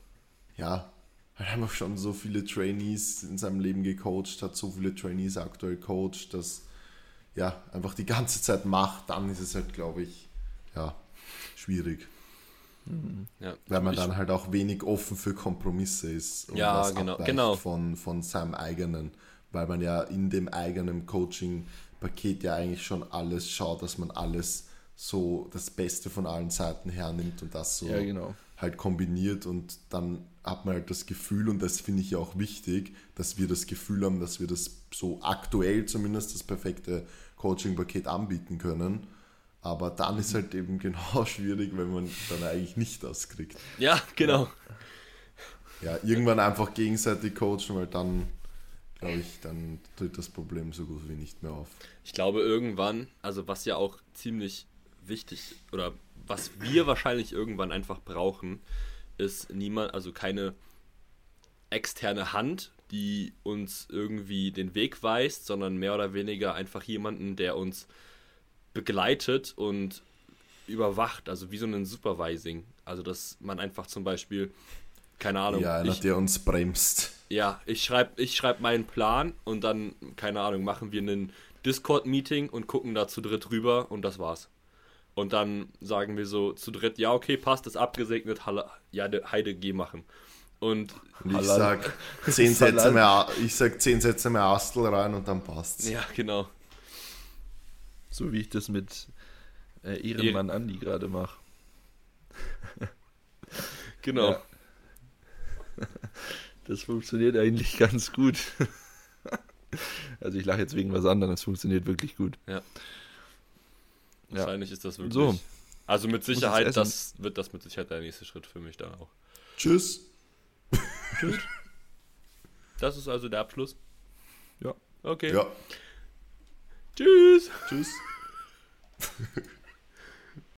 S2: ja, halt einfach schon so viele Trainees in seinem Leben gecoacht hat, so viele Trainees aktuell coacht, dass ja, einfach die ganze Zeit macht, dann ist es halt, glaube ich, ja, schwierig.
S3: Ja.
S2: Weil man
S3: Ich-
S2: dann halt auch wenig offen für Kompromisse ist und
S3: Ja,
S2: was
S3: genau,
S2: abweicht
S3: genau.
S2: Von, von seinem eigenen, weil man ja in dem eigenen Coaching-Paket ja eigentlich schon alles schaut, dass man alles so das Beste von allen Seiten hernimmt und das so
S4: Ja, genau.
S2: halt kombiniert und dann hat man halt das Gefühl und das finde ich ja auch wichtig, dass wir das Gefühl haben, dass wir das so aktuell zumindest das perfekte Coaching-Paket anbieten können. Aber dann ist halt eben [LAUGHS] genau schwierig, wenn man dann eigentlich nicht das kriegt.
S3: ja, genau.
S2: Ja, irgendwann einfach gegenseitig coachen, weil dann, glaube ich, dann tritt das Problem so gut wie nicht mehr auf.
S3: Ich glaube, irgendwann, also was ja auch ziemlich wichtig oder was wir wahrscheinlich irgendwann einfach brauchen, ist niemand, also keine externe Hand, die uns irgendwie den Weg weist, sondern mehr oder weniger einfach jemanden, der uns begleitet und überwacht, also wie so ein Supervising. Also dass man einfach zum Beispiel, keine Ahnung,
S2: Ja, einer,
S3: ich,
S2: der uns bremst.
S3: ja, ich schreibe ich schreib meinen Plan und dann, keine Ahnung, machen wir einen Discord-Meeting und gucken da zu dritt rüber und das war's. Und dann sagen wir so zu dritt, ja, okay, passt, ist abgesegnet, Halle, ja, de- Heide, geh machen. Und
S2: Und [LAUGHS] ich
S4: Halal.
S2: sag zehn
S4: Halal.
S2: Sätze mehr, ich sag zehn Sätze mehr Astel rein und dann passt's.
S3: ja, genau.
S1: So wie ich das mit äh, Ehrenmann Andi gerade mache.
S3: Genau.
S1: Ja. Das funktioniert eigentlich [LAUGHS] ganz gut. Also ich lache jetzt wegen was anderem, es funktioniert wirklich gut. Ja.
S3: Wahrscheinlich ist das wirklich.
S1: So.
S3: Also mit
S1: jetzt
S3: Sicherheit,
S1: essen.
S3: das wird das mit Sicherheit der nächste Schritt für mich dann auch.
S2: Tschüss.
S3: Das ist also der Abschluss.
S1: Ja.
S3: Okay.
S2: Ja,
S3: Tschüss.
S2: tschüss.